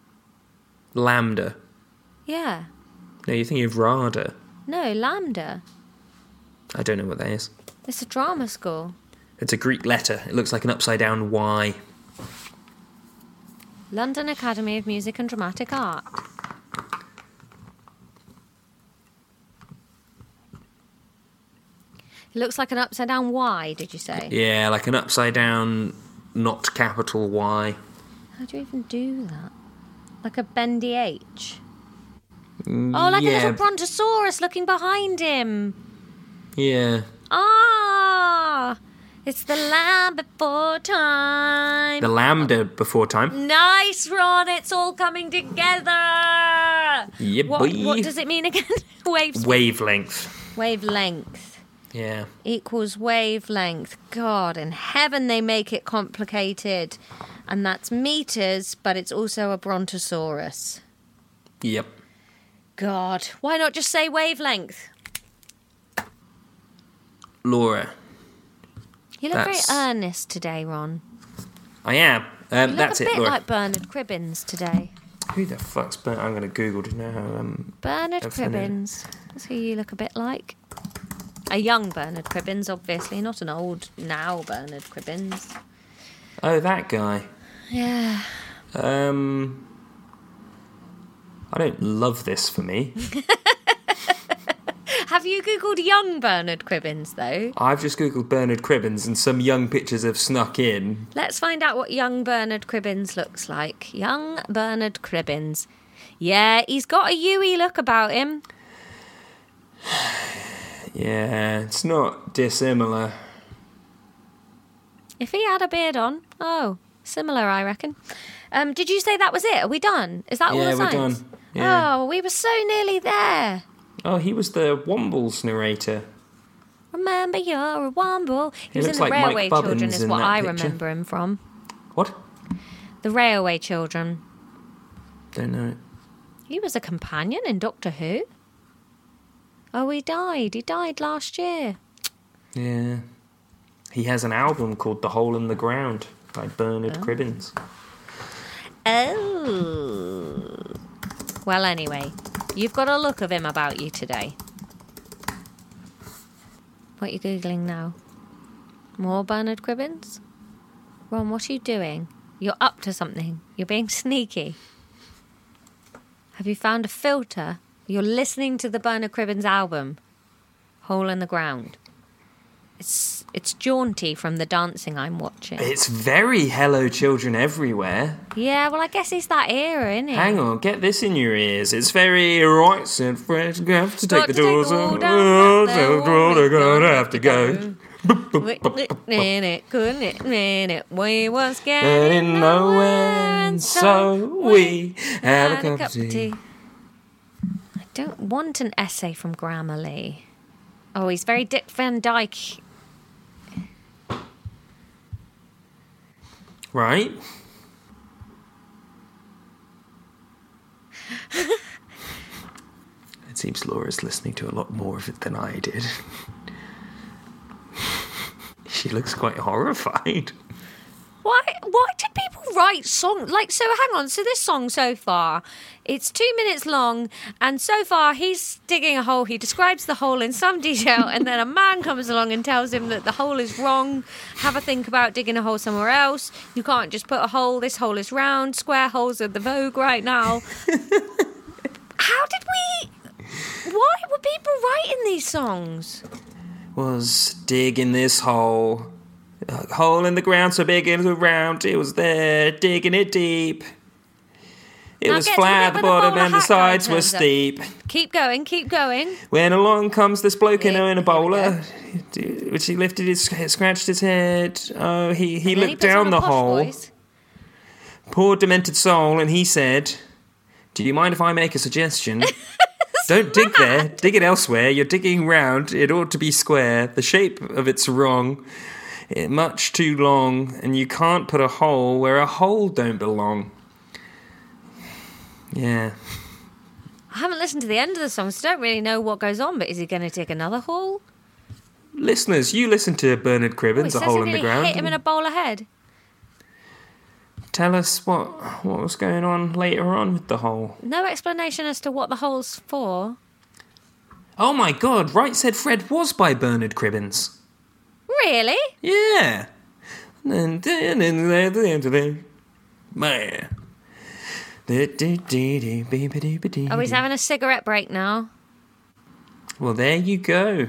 [SPEAKER 2] Lambda.
[SPEAKER 1] Yeah.
[SPEAKER 2] No, you're thinking of RADA.
[SPEAKER 1] No, lambda.
[SPEAKER 2] I don't know what that is.
[SPEAKER 1] It's a drama school.
[SPEAKER 2] It's a Greek letter. It looks like an upside down Y.
[SPEAKER 1] London Academy of Music and Dramatic Art. It looks like an upside down Y, did you say?
[SPEAKER 2] Yeah, like an upside down, not capital Y.
[SPEAKER 1] How do you even do that? Like a bendy H. Oh, like a little
[SPEAKER 2] yeah,
[SPEAKER 1] brontosaurus looking behind him.
[SPEAKER 2] yeah.
[SPEAKER 1] Ah! It's the lamb before time.
[SPEAKER 2] The lambda before time.
[SPEAKER 1] Nice, Ron. It's all coming together.
[SPEAKER 2] Yeah,
[SPEAKER 1] What,
[SPEAKER 2] boy.
[SPEAKER 1] what does it mean again? Waves.
[SPEAKER 2] Wavelength.
[SPEAKER 1] Wavelength
[SPEAKER 2] Yeah.
[SPEAKER 1] equals wavelength. God, in heaven they make it complicated. And that's meters, but it's also a brontosaurus.
[SPEAKER 2] Yep.
[SPEAKER 1] God, why not just say wavelength?
[SPEAKER 2] Laura.
[SPEAKER 1] You look
[SPEAKER 2] That's-
[SPEAKER 1] very earnest today, Ron.
[SPEAKER 2] I am. Um,
[SPEAKER 1] You look
[SPEAKER 2] that's
[SPEAKER 1] a
[SPEAKER 2] it,
[SPEAKER 1] bit
[SPEAKER 2] Laura.
[SPEAKER 1] like Bernard Cribbins today.
[SPEAKER 2] Who the fuck's Bernard? I'm going to Google to know how. Um,
[SPEAKER 1] Bernard
[SPEAKER 2] That's funny.
[SPEAKER 1] Cribbins. That's who you look a bit like. A young Bernard Cribbins, obviously, not an old now Bernard Cribbins.
[SPEAKER 2] oh, that guy.
[SPEAKER 1] Yeah.
[SPEAKER 2] Um, I don't love this for me.
[SPEAKER 1] Have you googled young Bernard Cribbins though?
[SPEAKER 2] I've just googled Bernard Cribbins, and some young pictures have snuck in.
[SPEAKER 1] Let's find out what young Bernard Cribbins looks like. Young Bernard Cribbins. Yeah, he's got a Yui look about him.
[SPEAKER 2] Yeah, it's not dissimilar.
[SPEAKER 1] If he had a beard on, oh, similar, I reckon. Um, did you say that was it? Are we done? Is that all
[SPEAKER 2] Yeah,
[SPEAKER 1] the
[SPEAKER 2] we're
[SPEAKER 1] signs?
[SPEAKER 2] done. Yeah.
[SPEAKER 1] Oh, we were so nearly there.
[SPEAKER 2] Oh, he was the Wombles narrator.
[SPEAKER 1] Remember, you're a womble. He
[SPEAKER 2] He
[SPEAKER 1] was in
[SPEAKER 2] looks
[SPEAKER 1] the
[SPEAKER 2] like Mike
[SPEAKER 1] Railway Children,
[SPEAKER 2] Bubbins
[SPEAKER 1] is
[SPEAKER 2] in
[SPEAKER 1] what I
[SPEAKER 2] that picture.
[SPEAKER 1] remember him from.
[SPEAKER 2] What?
[SPEAKER 1] The Railway Children.
[SPEAKER 2] Don't know. it.
[SPEAKER 1] He was a companion in Doctor Who. Oh, he died. He died last year.
[SPEAKER 2] Yeah. He has an album called The Hole in the Ground by Bernard Cribbins.
[SPEAKER 1] Oh. Well, anyway, you've got a look of him about you today. What are you Googling now? More Bernard Cribbins? Ron, what are you doing? You're up to something. You're being sneaky. Have you found a filter? You're listening to the Bernard Cribbins album, Hole in the Ground. It's, it's jaunty from the dancing I'm watching.
[SPEAKER 2] It's very Hello Children Everywhere.
[SPEAKER 1] Yeah, well, I guess it's that era, isn't it?
[SPEAKER 2] Hang on, get this in your ears. It's very right said Fred. Gonna have to take
[SPEAKER 1] Got
[SPEAKER 2] the
[SPEAKER 1] to take
[SPEAKER 2] doors
[SPEAKER 1] the wall
[SPEAKER 2] off.
[SPEAKER 1] down,
[SPEAKER 2] Oh,
[SPEAKER 1] got
[SPEAKER 2] so
[SPEAKER 1] the wall,
[SPEAKER 2] gonna, gonna
[SPEAKER 1] gonna
[SPEAKER 2] have to go.
[SPEAKER 1] minute, couldn't it, minute, we was
[SPEAKER 2] Getting
[SPEAKER 1] getting
[SPEAKER 2] nowhere, and so we had a
[SPEAKER 1] had
[SPEAKER 2] cup of tea.
[SPEAKER 1] I don't want an essay from Grammarly. Oh, he's very Dick Van Dyke.
[SPEAKER 2] Right? it seems Laura's listening to a lot more of it than I did. she looks quite horrified.
[SPEAKER 1] Why? Why did people write song like so? Hang on. So this song so far, it's two minutes long, and so far he's digging a hole. He describes the hole in some detail, and then a man comes along and tells him that the hole is wrong. Have a think about digging a hole somewhere else. You can't just put a hole. This hole is round. Square holes are the vogue right now. How did we? Why were people writing these songs?
[SPEAKER 2] was digging this hole. A hole in the ground so big it was round. It was there, digging it deep. It
[SPEAKER 1] Now
[SPEAKER 2] was
[SPEAKER 1] get to the
[SPEAKER 2] flat at
[SPEAKER 1] bit
[SPEAKER 2] the
[SPEAKER 1] where the
[SPEAKER 2] bottom
[SPEAKER 1] bowler
[SPEAKER 2] and the
[SPEAKER 1] hat guy
[SPEAKER 2] sides were
[SPEAKER 1] turns up.
[SPEAKER 2] steep.
[SPEAKER 1] Keep going. Keep going.
[SPEAKER 2] When along comes this bloke in a, in a
[SPEAKER 1] Here we go.
[SPEAKER 2] bowler, which he lifted his, scratched his head. Oh, he, he
[SPEAKER 1] Then
[SPEAKER 2] looked
[SPEAKER 1] puts on
[SPEAKER 2] down
[SPEAKER 1] a
[SPEAKER 2] the
[SPEAKER 1] posh
[SPEAKER 2] hole,
[SPEAKER 1] voice.
[SPEAKER 2] poor demented soul, and he said, Do you mind if I make a suggestion? Don't dig there. Dig it elsewhere. You're digging round. It ought to be square. The shape of it's wrong. It much too long, and you can't put a hole where a hole don't belong. Yeah.
[SPEAKER 1] I haven't listened to the end of the song, so don't really know what goes on. But is he going to dig another hole?
[SPEAKER 2] Listeners, you listen to Bernard
[SPEAKER 1] Oh, it
[SPEAKER 2] Cribbins, A
[SPEAKER 1] says
[SPEAKER 2] Hole
[SPEAKER 1] he
[SPEAKER 2] in the
[SPEAKER 1] nearly
[SPEAKER 2] Ground.
[SPEAKER 1] Hit him in a bowl of head.
[SPEAKER 2] Tell us what what was going on later on with the hole.
[SPEAKER 1] No explanation as to what the hole's for.
[SPEAKER 2] Oh my god, Right Said Fred was by Bernard Cribbins.
[SPEAKER 1] Really?
[SPEAKER 2] Yeah. Oh,
[SPEAKER 1] Oh,
[SPEAKER 2] Mm-hmm.
[SPEAKER 1] he's having a cigarette break now.
[SPEAKER 2] Well, there you go.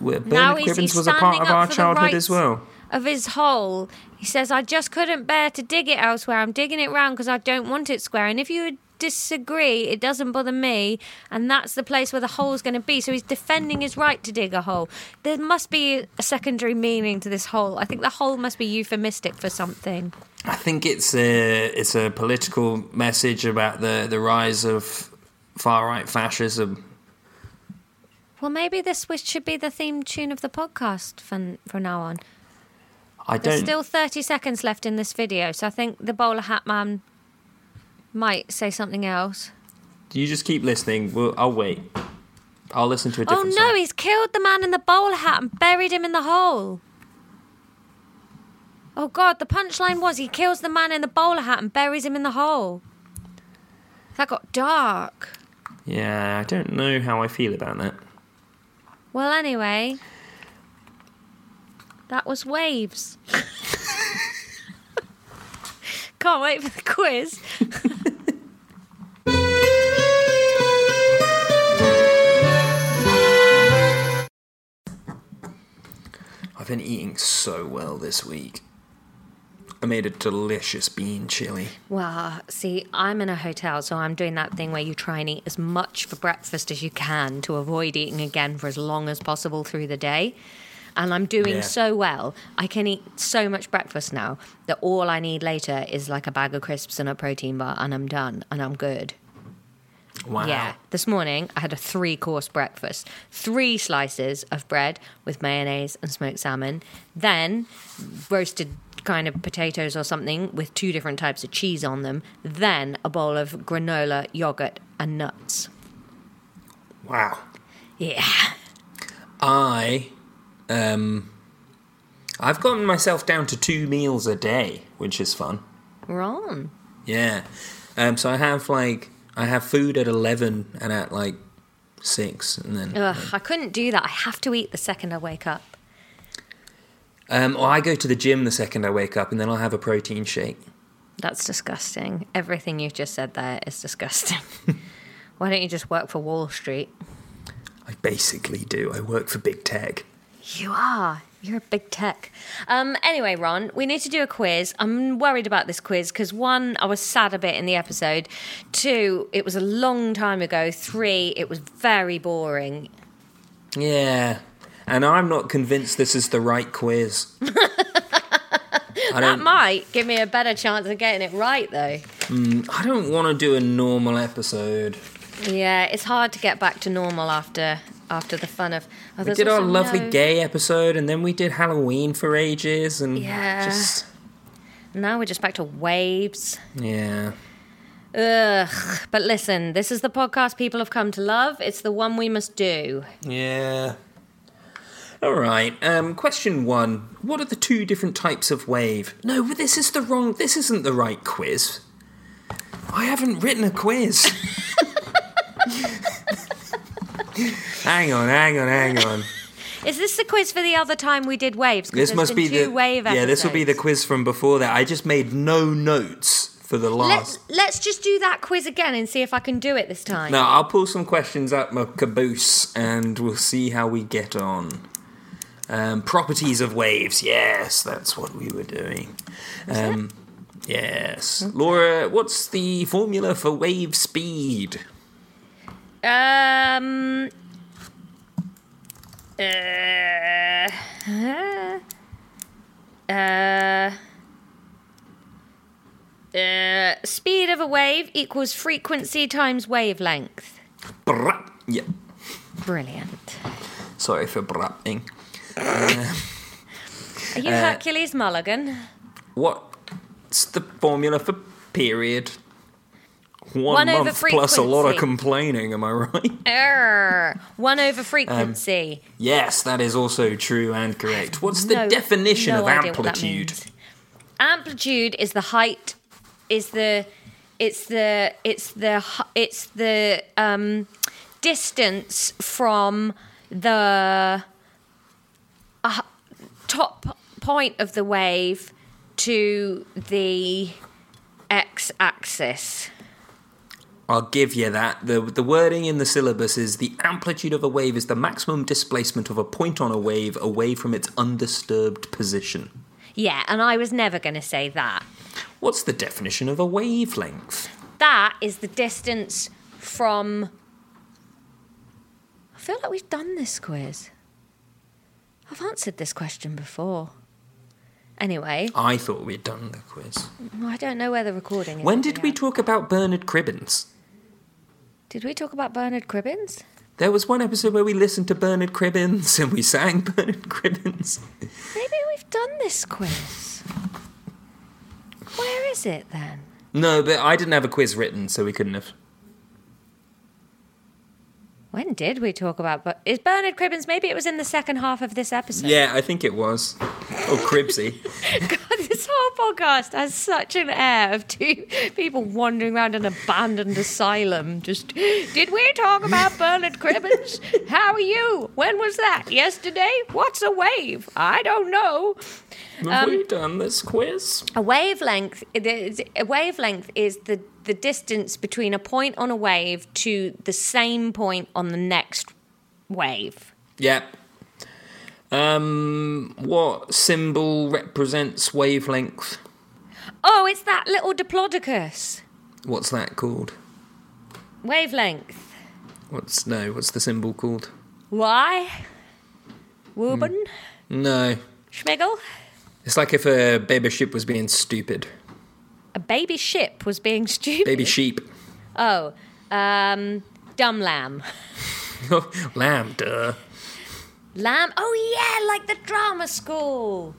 [SPEAKER 2] Well,
[SPEAKER 1] Now
[SPEAKER 2] Bernard
[SPEAKER 1] he's-
[SPEAKER 2] Cribbins
[SPEAKER 1] he's
[SPEAKER 2] was a
[SPEAKER 1] standing
[SPEAKER 2] part of
[SPEAKER 1] up
[SPEAKER 2] our
[SPEAKER 1] for the
[SPEAKER 2] childhood
[SPEAKER 1] rights.
[SPEAKER 2] as well.
[SPEAKER 1] Of his hole, he says, "I just couldn't bear to dig it elsewhere. I'm digging it round because I don't want it square. And if you disagree, it doesn't bother me. And that's the place where the hole's going to be. So he's defending his right to dig a hole. There must be a secondary meaning to this hole. I think the hole must be euphemistic for something.
[SPEAKER 2] I think it's a it's a political message about the the rise of far right fascism.
[SPEAKER 1] Well, maybe this was- should be the theme tune of the podcast from from now on.
[SPEAKER 2] I
[SPEAKER 1] There's still
[SPEAKER 2] don't.
[SPEAKER 1] 30 seconds left in this video, so I think the bowler hat man might say something else.
[SPEAKER 2] You just keep listening. We'll, I'll wait. I'll listen to a
[SPEAKER 1] Oh
[SPEAKER 2] different
[SPEAKER 1] no,
[SPEAKER 2] song.
[SPEAKER 1] he's killed the man in the bowler hat and buried him in the hole. Oh god, the punchline was he kills the man in the bowler hat and buries him in the hole. That got dark.
[SPEAKER 2] Yeah, I don't know how I feel about that.
[SPEAKER 1] Well, anyway, that was waves. Can't wait for the quiz.
[SPEAKER 2] I've been eating so well this week. I made a delicious bean chili.
[SPEAKER 1] Well, see, I'm in a hotel, so I'm doing that thing where you try and eat as much for breakfast as you can to avoid eating again for as long as possible through the day. And I'm doing
[SPEAKER 2] Yeah.
[SPEAKER 1] so well. I can eat so much breakfast now that all I need later is like a bag of crisps and a protein bar, and I'm done and I'm good.
[SPEAKER 2] Wow.
[SPEAKER 1] Yeah. This morning, I had a three course breakfast three slices of bread with mayonnaise and smoked salmon, then roasted kind of potatoes or something with two different types of cheese on them, then a bowl of granola, yogurt, and nuts.
[SPEAKER 2] Wow.
[SPEAKER 1] Yeah.
[SPEAKER 2] I um I've gotten myself down to two meals a day, which is fun.
[SPEAKER 1] Wrong.
[SPEAKER 2] Yeah. Um so I have like I have food at 11 and at like 6 and then
[SPEAKER 1] Ugh, I couldn't do that. I have to eat the second I wake up.
[SPEAKER 2] um or I go to the gym the second I wake up and then I'll have a protein shake.
[SPEAKER 1] That's disgusting. Everything you've just said there is disgusting. Why don't you just work for Wall Street?
[SPEAKER 2] I basically do. I work for big tech.
[SPEAKER 1] You are. You're a big tech. Um, anyway, Ron, we need to do a quiz. I'm worried about this quiz because one, I was sad a bit in the episode. Two, it was a long time ago. Three, it was very boring.
[SPEAKER 2] Yeah. And I'm not convinced this is the right quiz. I
[SPEAKER 1] That
[SPEAKER 2] don't
[SPEAKER 1] might give me a better chance of getting it right, though.
[SPEAKER 2] I don't want to do a normal episode.
[SPEAKER 1] Yeah, it's hard to get back to normal after after the fun of. Oh,
[SPEAKER 2] We did our lovely gay episode, and then we did Halloween for ages, and
[SPEAKER 1] Yeah.
[SPEAKER 2] just
[SPEAKER 1] Now we're just back to waves.
[SPEAKER 2] yeah,
[SPEAKER 1] Ugh. But listen, this is the podcast people have come to love. It's the one we must do.
[SPEAKER 2] yeah. All right. Um, question one: What are the two different types of wave? No, but this is the wrong. This isn't the right quiz. I haven't written a quiz. hang on, hang on, hang on.
[SPEAKER 1] Is this the quiz for the other time we did waves? 'Cause
[SPEAKER 2] This
[SPEAKER 1] there's
[SPEAKER 2] must
[SPEAKER 1] been
[SPEAKER 2] be
[SPEAKER 1] two
[SPEAKER 2] the
[SPEAKER 1] wave
[SPEAKER 2] yeah. This will be the
[SPEAKER 1] episodes.
[SPEAKER 2] quiz from before that. I just made no notes for the last.
[SPEAKER 1] Let's let's just do that quiz again and see if I can do it this time.
[SPEAKER 2] Now, I'll pull some questions out my caboose and we'll see how we get on. Um, properties of waves. Yes, that's what we were doing. Um, yes. Laura, what's the formula for wave speed?
[SPEAKER 1] Um. Uh, uh, uh, speed of a wave equals frequency times wavelength.
[SPEAKER 2] Brrrr. Yep.
[SPEAKER 1] Brilliant.
[SPEAKER 2] Sorry for brapting.
[SPEAKER 1] Are
[SPEAKER 2] Uh,
[SPEAKER 1] you Hercules Mulligan?
[SPEAKER 2] What's the formula for period? One,
[SPEAKER 1] One over
[SPEAKER 2] month plus a lot of
[SPEAKER 1] frequency.
[SPEAKER 2] complaining, am I right?
[SPEAKER 1] Err. One over
[SPEAKER 2] um,
[SPEAKER 1] frequency.
[SPEAKER 2] Yes, that is also true and correct. What's the
[SPEAKER 1] No-
[SPEAKER 2] definition
[SPEAKER 1] no
[SPEAKER 2] of
[SPEAKER 1] idea what that
[SPEAKER 2] amplitude?
[SPEAKER 1] means. Amplitude is the height. Is the it's the it's the hu- it's the um, distance from the uh, top point of the wave to the x-axis.
[SPEAKER 2] I'll give you that. The, the wording in the syllabus is the amplitude of a wave is the maximum displacement of a point on a wave away from its undisturbed position.
[SPEAKER 1] Yeah, and I was never going to say that.
[SPEAKER 2] What's the definition of a wavelength?
[SPEAKER 1] that is the distance from. I feel like we've done this quiz. I've answered this question before. Anyway,
[SPEAKER 2] I thought we'd done the quiz.
[SPEAKER 1] I don't know where the recording is.
[SPEAKER 2] When did we
[SPEAKER 1] T-
[SPEAKER 2] talk about Bernard Cribbins?
[SPEAKER 1] did we talk about Bernard Cribbins?
[SPEAKER 2] There was one episode where we listened to Bernard Cribbins and we sang Bernard Cribbins.
[SPEAKER 1] Maybe we've done this quiz. Where is it then?
[SPEAKER 2] No, but I didn't have a quiz written, so we couldn't have.
[SPEAKER 1] When did we talk about? But is Bernard Cribbins? Maybe it was in the second half of this episode.
[SPEAKER 2] Yeah, I think it was. Oh, Cribsy.
[SPEAKER 1] God, this whole podcast has such an air of two people wandering around an abandoned asylum. Just, did we talk about Bernard Cribbins? How are you? When was that? Yesterday? What's a wave? I don't know.
[SPEAKER 2] have we done this quiz?
[SPEAKER 1] A wavelength. A wavelength is the the distance between a point on a wave to the same point on the next wave.
[SPEAKER 2] Yep. Um, what symbol represents wavelength?
[SPEAKER 1] Oh, it's that little diplodocus.
[SPEAKER 2] What's that called?
[SPEAKER 1] Wavelength.
[SPEAKER 2] What's no? What's the symbol called?
[SPEAKER 1] Why? Woburn?
[SPEAKER 2] No,
[SPEAKER 1] Schmigel?
[SPEAKER 2] it's like if a baby sheep was being stupid.
[SPEAKER 1] A baby ship was being stupid.
[SPEAKER 2] Baby sheep,
[SPEAKER 1] Oh, um, dumb lamb.
[SPEAKER 2] lamb, duh.
[SPEAKER 1] Lamb? Oh, yeah, like the drama school.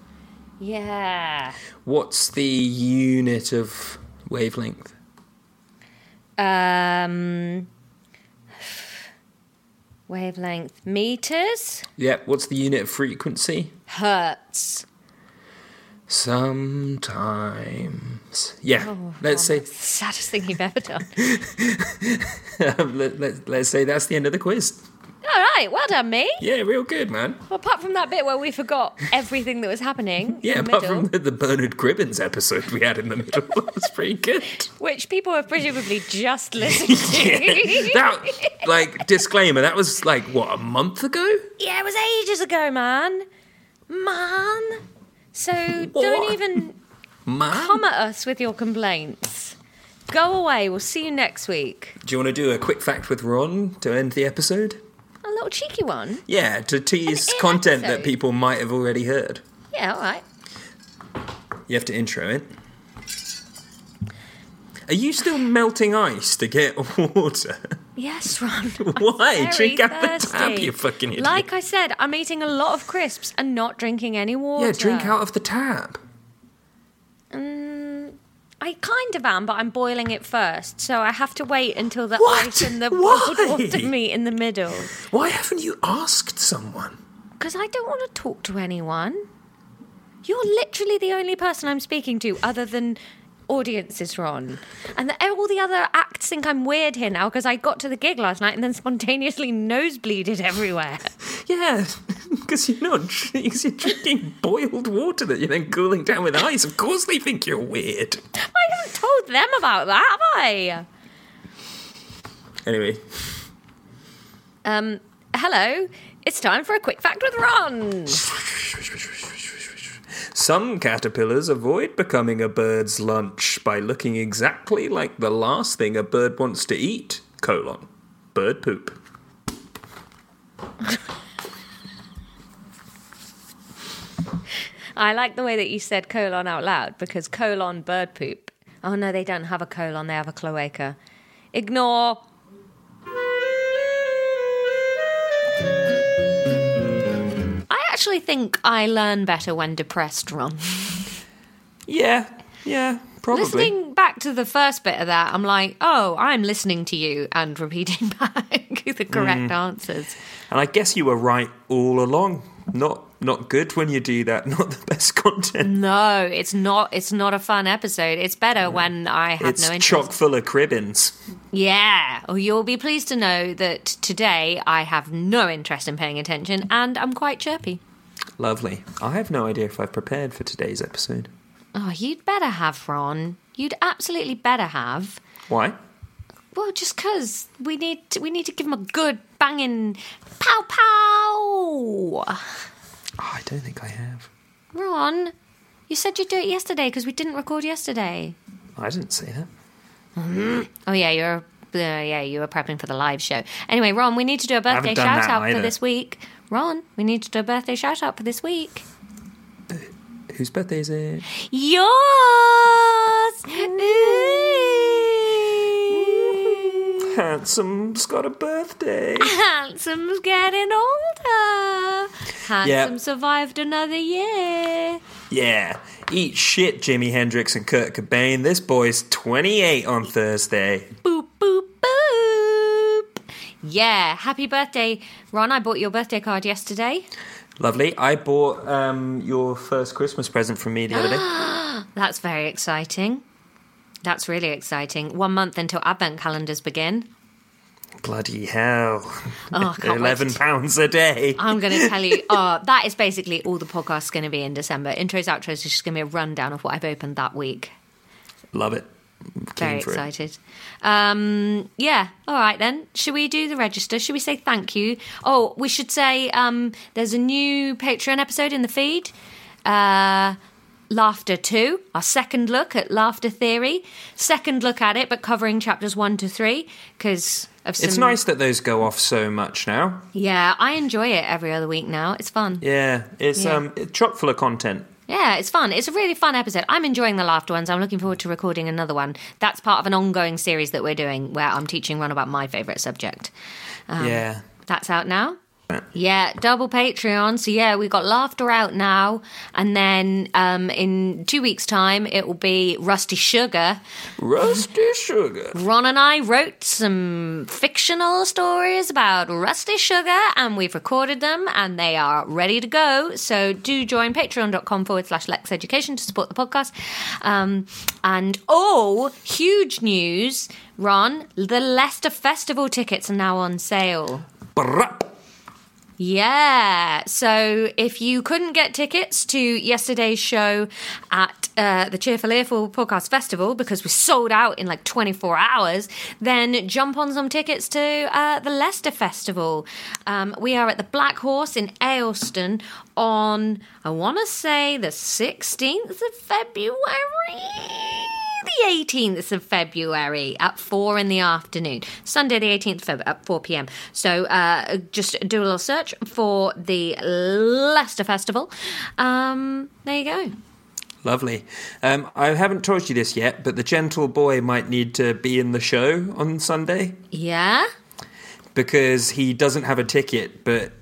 [SPEAKER 1] Yeah.
[SPEAKER 2] What's the unit of wavelength?
[SPEAKER 1] Um, wavelength meters?
[SPEAKER 2] Yep. What's the unit of frequency?
[SPEAKER 1] Hertz.
[SPEAKER 2] Sometimes. Yeah. let's say
[SPEAKER 1] Saddest thing you've ever done.
[SPEAKER 2] let, let, let's say that's the end of the quiz.
[SPEAKER 1] All right, well done, me.
[SPEAKER 2] Yeah, real good, man.
[SPEAKER 1] Well, apart from that bit where we forgot everything that was happening
[SPEAKER 2] Yeah,
[SPEAKER 1] in the
[SPEAKER 2] apart
[SPEAKER 1] middle,
[SPEAKER 2] from the, the Bernard Cribbins episode we had in the middle, that was pretty good.
[SPEAKER 1] which people have presumably just listened to.
[SPEAKER 2] That, like, disclaimer, that was like, what, a month ago?
[SPEAKER 1] Yeah, it was ages ago, man. Man. So don't
[SPEAKER 2] What?
[SPEAKER 1] even
[SPEAKER 2] Man.
[SPEAKER 1] come at us with your complaints. Go away. We'll see you next week.
[SPEAKER 2] Do you want to do a quick fact with Ron to end the episode?
[SPEAKER 1] A little cheeky one.
[SPEAKER 2] Yeah, to tease
[SPEAKER 1] in
[SPEAKER 2] content
[SPEAKER 1] episode.
[SPEAKER 2] that people might have already heard.
[SPEAKER 1] Yeah, all right.
[SPEAKER 2] You have to intro it. Are you still melting ice to get water?
[SPEAKER 1] Yes, Ron.
[SPEAKER 2] Why?
[SPEAKER 1] Very
[SPEAKER 2] Drink out the
[SPEAKER 1] thirsty.
[SPEAKER 2] tap, you fucking idiot.
[SPEAKER 1] Like I said, I'm eating a lot of crisps and not drinking any water.
[SPEAKER 2] yeah, drink out of the tap.
[SPEAKER 1] Mm, I kind of am, but I'm boiling it first, so I have to wait until the
[SPEAKER 2] What?
[SPEAKER 1] ice and the
[SPEAKER 2] Why?
[SPEAKER 1] boiled water meet in the middle.
[SPEAKER 2] Why haven't you asked someone?
[SPEAKER 1] Because I don't want to talk to anyone. You're literally the only person I'm speaking to other than audiences, Ron. And the, all the other acts think I'm weird here now because I got to the gig last night and then spontaneously nosebleeded everywhere.
[SPEAKER 2] Yeah, because you're not because you're drinking boiled water that you're then cooling down with ice. Of course, they think you're weird.
[SPEAKER 1] I haven't told them about that, have I?
[SPEAKER 2] Anyway,
[SPEAKER 1] Um, hello. It's time for a quick fact with Ron.
[SPEAKER 2] some caterpillars avoid becoming a bird's lunch by looking exactly like the last thing a bird wants to eat: colon, bird poop.
[SPEAKER 1] I like the way that you said colon out loud because colon bird poop. Oh no, they don't have a colon, they have a cloaca. Ignore. actually think I learn better when depressed, Ron.
[SPEAKER 2] Yeah, yeah, probably.
[SPEAKER 1] Listening back to the first bit of that, I'm like, oh, I'm listening to you and repeating back the
[SPEAKER 2] Mm.
[SPEAKER 1] correct answers.
[SPEAKER 2] And I guess you were right all along. Not not good when you do that. Not the best
[SPEAKER 1] Mm,
[SPEAKER 2] content.
[SPEAKER 1] No, it's not. It's not a fun episode. It's better when I have
[SPEAKER 2] Mm. it's
[SPEAKER 1] no interest.
[SPEAKER 2] chock full of cribbins.
[SPEAKER 1] Yeah. Well, you'll be pleased to know that today I have no interest in paying attention and I'm quite chirpy.
[SPEAKER 2] Lovely. I have no idea if I've prepared for today's episode.
[SPEAKER 1] Oh, you'd better have, Ron. You'd absolutely better have.
[SPEAKER 2] Why?
[SPEAKER 1] Well, just 'cause we need to, we need to give him a good banging pow pow.
[SPEAKER 2] Oh, I don't think I have.
[SPEAKER 1] Ron, you said you'd do it yesterday 'cause we didn't record yesterday.
[SPEAKER 2] I didn't say that.
[SPEAKER 1] Oh yeah, you're uh, yeah you were prepping for the live show. Anyway, Ron, we need to do a
[SPEAKER 2] haven't
[SPEAKER 1] birthday
[SPEAKER 2] done that
[SPEAKER 1] shout out for
[SPEAKER 2] either.
[SPEAKER 1] this week. Ron, we need to do a birthday shout out for this week.
[SPEAKER 2] Whose birthday is it?
[SPEAKER 1] Yours. Ooh.
[SPEAKER 2] Handsome's got a birthday.
[SPEAKER 1] Handsome's getting older. Handsome
[SPEAKER 2] Yep.
[SPEAKER 1] survived another year.
[SPEAKER 2] yeah. Eat shit, Jimi Hendrix and Kurt Cobain. This boy's 28 on Thursday.
[SPEAKER 1] Boop, boop, boop. Yeah, happy birthday, Ron. I bought your birthday card yesterday.
[SPEAKER 2] Lovely. I bought um, your first Christmas present from me the other day.
[SPEAKER 1] That's very exciting. That's really exciting. One month until advent calendars begin.
[SPEAKER 2] Bloody hell.
[SPEAKER 1] Oh, I can't wait
[SPEAKER 2] Eleven
[SPEAKER 1] to-
[SPEAKER 2] pounds a day.
[SPEAKER 1] I'm going to tell you, oh, that is basically all the podcast's going to be in December. Intros, outros is just going to be a rundown of what I've opened that week.
[SPEAKER 2] Love it. Keen
[SPEAKER 1] Very
[SPEAKER 2] for it.
[SPEAKER 1] excited. Um, yeah. All right then. Should we do the register? Should we say thank you? Oh, we should say um, there's a new Patreon episode in the feed. Uh, Laughter 2, our second look at laughter theory. Second look at it, but covering chapters 1 to 3 because of some.
[SPEAKER 2] It's nice that those go off so much now.
[SPEAKER 1] Yeah, I enjoy it every other week now. It's fun.
[SPEAKER 2] Yeah, it's
[SPEAKER 1] Yeah.
[SPEAKER 2] um chock full of content.
[SPEAKER 1] Yeah, it's fun. It's a really fun episode. I'm enjoying the laughter ones. I'm looking forward to recording another one. That's part of an ongoing series that we're doing where I'm teaching Ron about my favourite subject. Um,
[SPEAKER 2] yeah.
[SPEAKER 1] That's out now? Yeah, double Patreon. So yeah, we got laughter out now, and then um, in two weeks' time it will be Rusty Sugar.
[SPEAKER 2] Rusty sugar.
[SPEAKER 1] Ron and I wrote some fictional stories about Rusty Sugar, and we've recorded them, and they are ready to go. So do join patreon.com forward slash Lex Education to support the podcast. Um, and oh, huge news, Ron! The Leicester Festival tickets are now on sale.
[SPEAKER 2] Brap.
[SPEAKER 1] Yeah. So if you couldn't get tickets to yesterday's show at uh, the Cheerful Earful Podcast Festival because we sold out in like 24 hours, then jump on some tickets to uh, the Leicester Festival. Um, we are at the Black Horse in Aylston on, I want to say, the 16th of February the 18th of February at 4 in the afternoon. Sunday, the 18th of February at 4 p.m. So uh, just do a little search for the Leicester Festival. Um, there you go.
[SPEAKER 2] Lovely. Um, I haven't told you this yet, but the gentle boy might need to be in the show on Sunday
[SPEAKER 1] Yeah?
[SPEAKER 2] because he doesn't have a ticket, but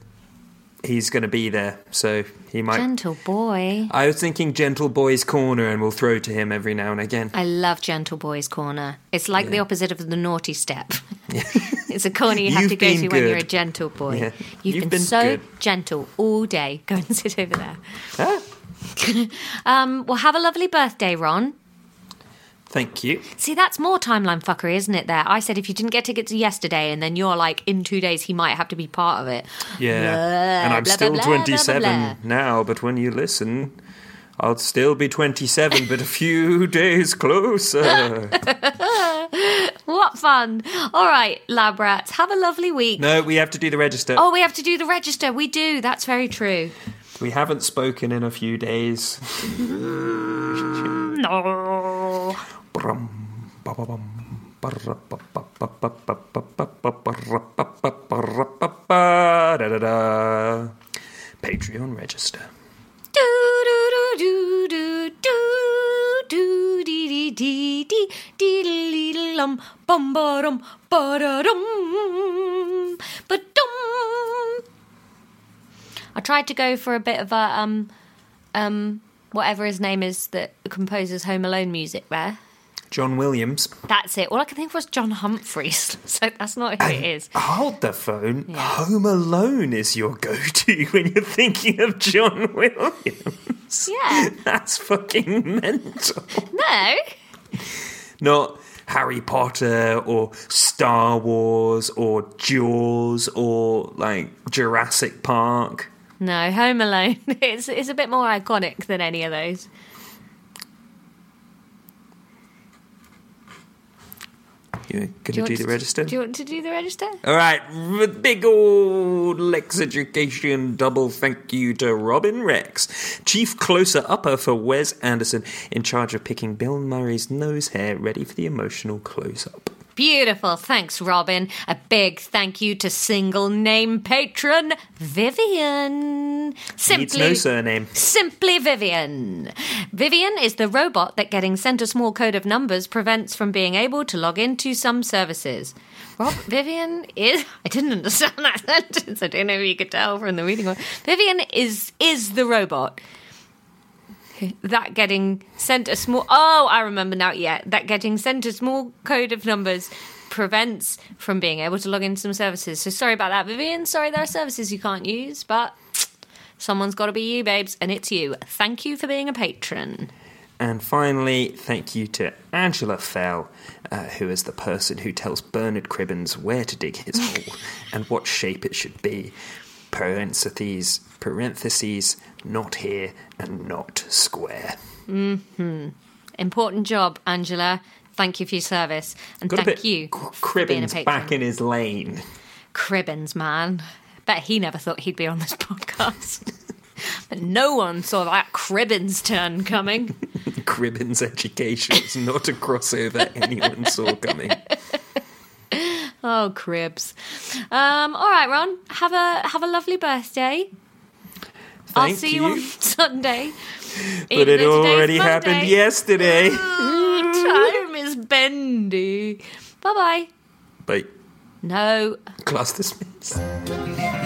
[SPEAKER 2] he's going to be there. So he might.
[SPEAKER 1] Gentle Boy.
[SPEAKER 2] I was thinking Gentle Boy's Corner and we'll throw to him every now and again.
[SPEAKER 1] I love Gentle Boy's Corner. It's like the opposite of the naughty step. it's a corner you have
[SPEAKER 2] You've
[SPEAKER 1] to go to
[SPEAKER 2] been
[SPEAKER 1] when you're a
[SPEAKER 2] good.
[SPEAKER 1] gentle boy.
[SPEAKER 2] Yeah.
[SPEAKER 1] You've,
[SPEAKER 2] You've
[SPEAKER 1] been,
[SPEAKER 2] been
[SPEAKER 1] so
[SPEAKER 2] good.
[SPEAKER 1] gentle all day. Go and sit over there.
[SPEAKER 2] Ah,
[SPEAKER 1] Um, well, have a lovely birthday, Ron.
[SPEAKER 2] thank you.
[SPEAKER 1] See, that's more timeline fuckery, isn't it? There, I said if you didn't get tickets yesterday, and then you're like, in two days he might have to be part of it.
[SPEAKER 2] Yeah.
[SPEAKER 1] Blah,
[SPEAKER 2] and
[SPEAKER 1] blah,
[SPEAKER 2] I'm
[SPEAKER 1] blah,
[SPEAKER 2] still
[SPEAKER 1] blah, blah, blah,
[SPEAKER 2] 27
[SPEAKER 1] blah.
[SPEAKER 2] now, but when you listen, I'll still be 27, but a few days closer.
[SPEAKER 1] What fun! All right, lab rats, have a lovely week.
[SPEAKER 2] no, we have to do the register.
[SPEAKER 1] Oh, we have to do the register. We do. That's very true.
[SPEAKER 2] We haven't spoken in a few days.
[SPEAKER 1] No.
[SPEAKER 2] Brum, ba-ba-bum, ba-ra-ba-ba-ba-ba-ba-ba-ba-ba-ba-ba-ba-ba, da-da-da. Patreon register.
[SPEAKER 1] Do do do do do do do dee dee dee dee dee dee dee lum bum ba dum ba da dum ba dum. I tried to go for a bit of a um, um, whatever his name is that composes Home Alone music. There,
[SPEAKER 2] John Williams.
[SPEAKER 1] that's it. All I can think of was John Humphreys. So that's not who it is.
[SPEAKER 2] Hold the phone.
[SPEAKER 1] Yeah.
[SPEAKER 2] Home Alone is your go to when you're thinking of John Williams.
[SPEAKER 1] Yeah.
[SPEAKER 2] That's fucking mental.
[SPEAKER 1] No.
[SPEAKER 2] Not Harry Potter or Star Wars or Jaws or like Jurassic Park.
[SPEAKER 1] No, Home Alone. It's it's a bit more iconic than any of those. Do
[SPEAKER 2] You're
[SPEAKER 1] you
[SPEAKER 2] gonna
[SPEAKER 1] want
[SPEAKER 2] do,
[SPEAKER 1] to-
[SPEAKER 2] the register?
[SPEAKER 1] Do you want to do the register?
[SPEAKER 2] All right, r- big old Lex Education double thank you to Robin Rex, chief closer upper for Wes Anderson, in charge of picking Bill Murray's nose hair ready for the emotional close up.
[SPEAKER 1] Beautiful. Thanks, Robin. A big thank you to single name patron Vivian.
[SPEAKER 2] Needs no surname.
[SPEAKER 1] Simply Vivian. Vivian is the robot that getting sent a small code of numbers prevents from being able to log into some services. Rob, Vivian is. I didn't understand that sentence. I don't know if you could tell from the reading. one. Vivian is is the robot that getting sent a small oh i remember now yeah that getting sent a small code of numbers prevents from being able to log into some services so sorry about that vivian sorry there are services you can't use but someone's got to be you babes and it's you thank you for being a patron
[SPEAKER 2] And finally, thank you to Angela Fell, uh, who is the person who tells Bernard Cribbins where to dig his hole and what shape it should be. Parentheses, parentheses, not here and not square.
[SPEAKER 1] important job angela thank you for your service and
[SPEAKER 2] Got a
[SPEAKER 1] thank
[SPEAKER 2] bit
[SPEAKER 1] you
[SPEAKER 2] Cr-
[SPEAKER 1] for being a
[SPEAKER 2] Cribbins
[SPEAKER 1] patron
[SPEAKER 2] back in his lane.
[SPEAKER 1] cribbins man bet he never thought he'd be on this podcast but no one saw that cribbins turn coming
[SPEAKER 2] Cribbins education is not a crossover anyone saw coming.
[SPEAKER 1] Oh, cribs. Um, all right, Ron. Have a have a lovely birthday. I'll
[SPEAKER 2] Thank
[SPEAKER 1] see you, on
[SPEAKER 2] you.
[SPEAKER 1] Sunday.
[SPEAKER 2] But it already happened yesterday.
[SPEAKER 1] Time is bendy. Bye bye.
[SPEAKER 2] But
[SPEAKER 1] No,
[SPEAKER 2] class dismissed.
[SPEAKER 4] Thank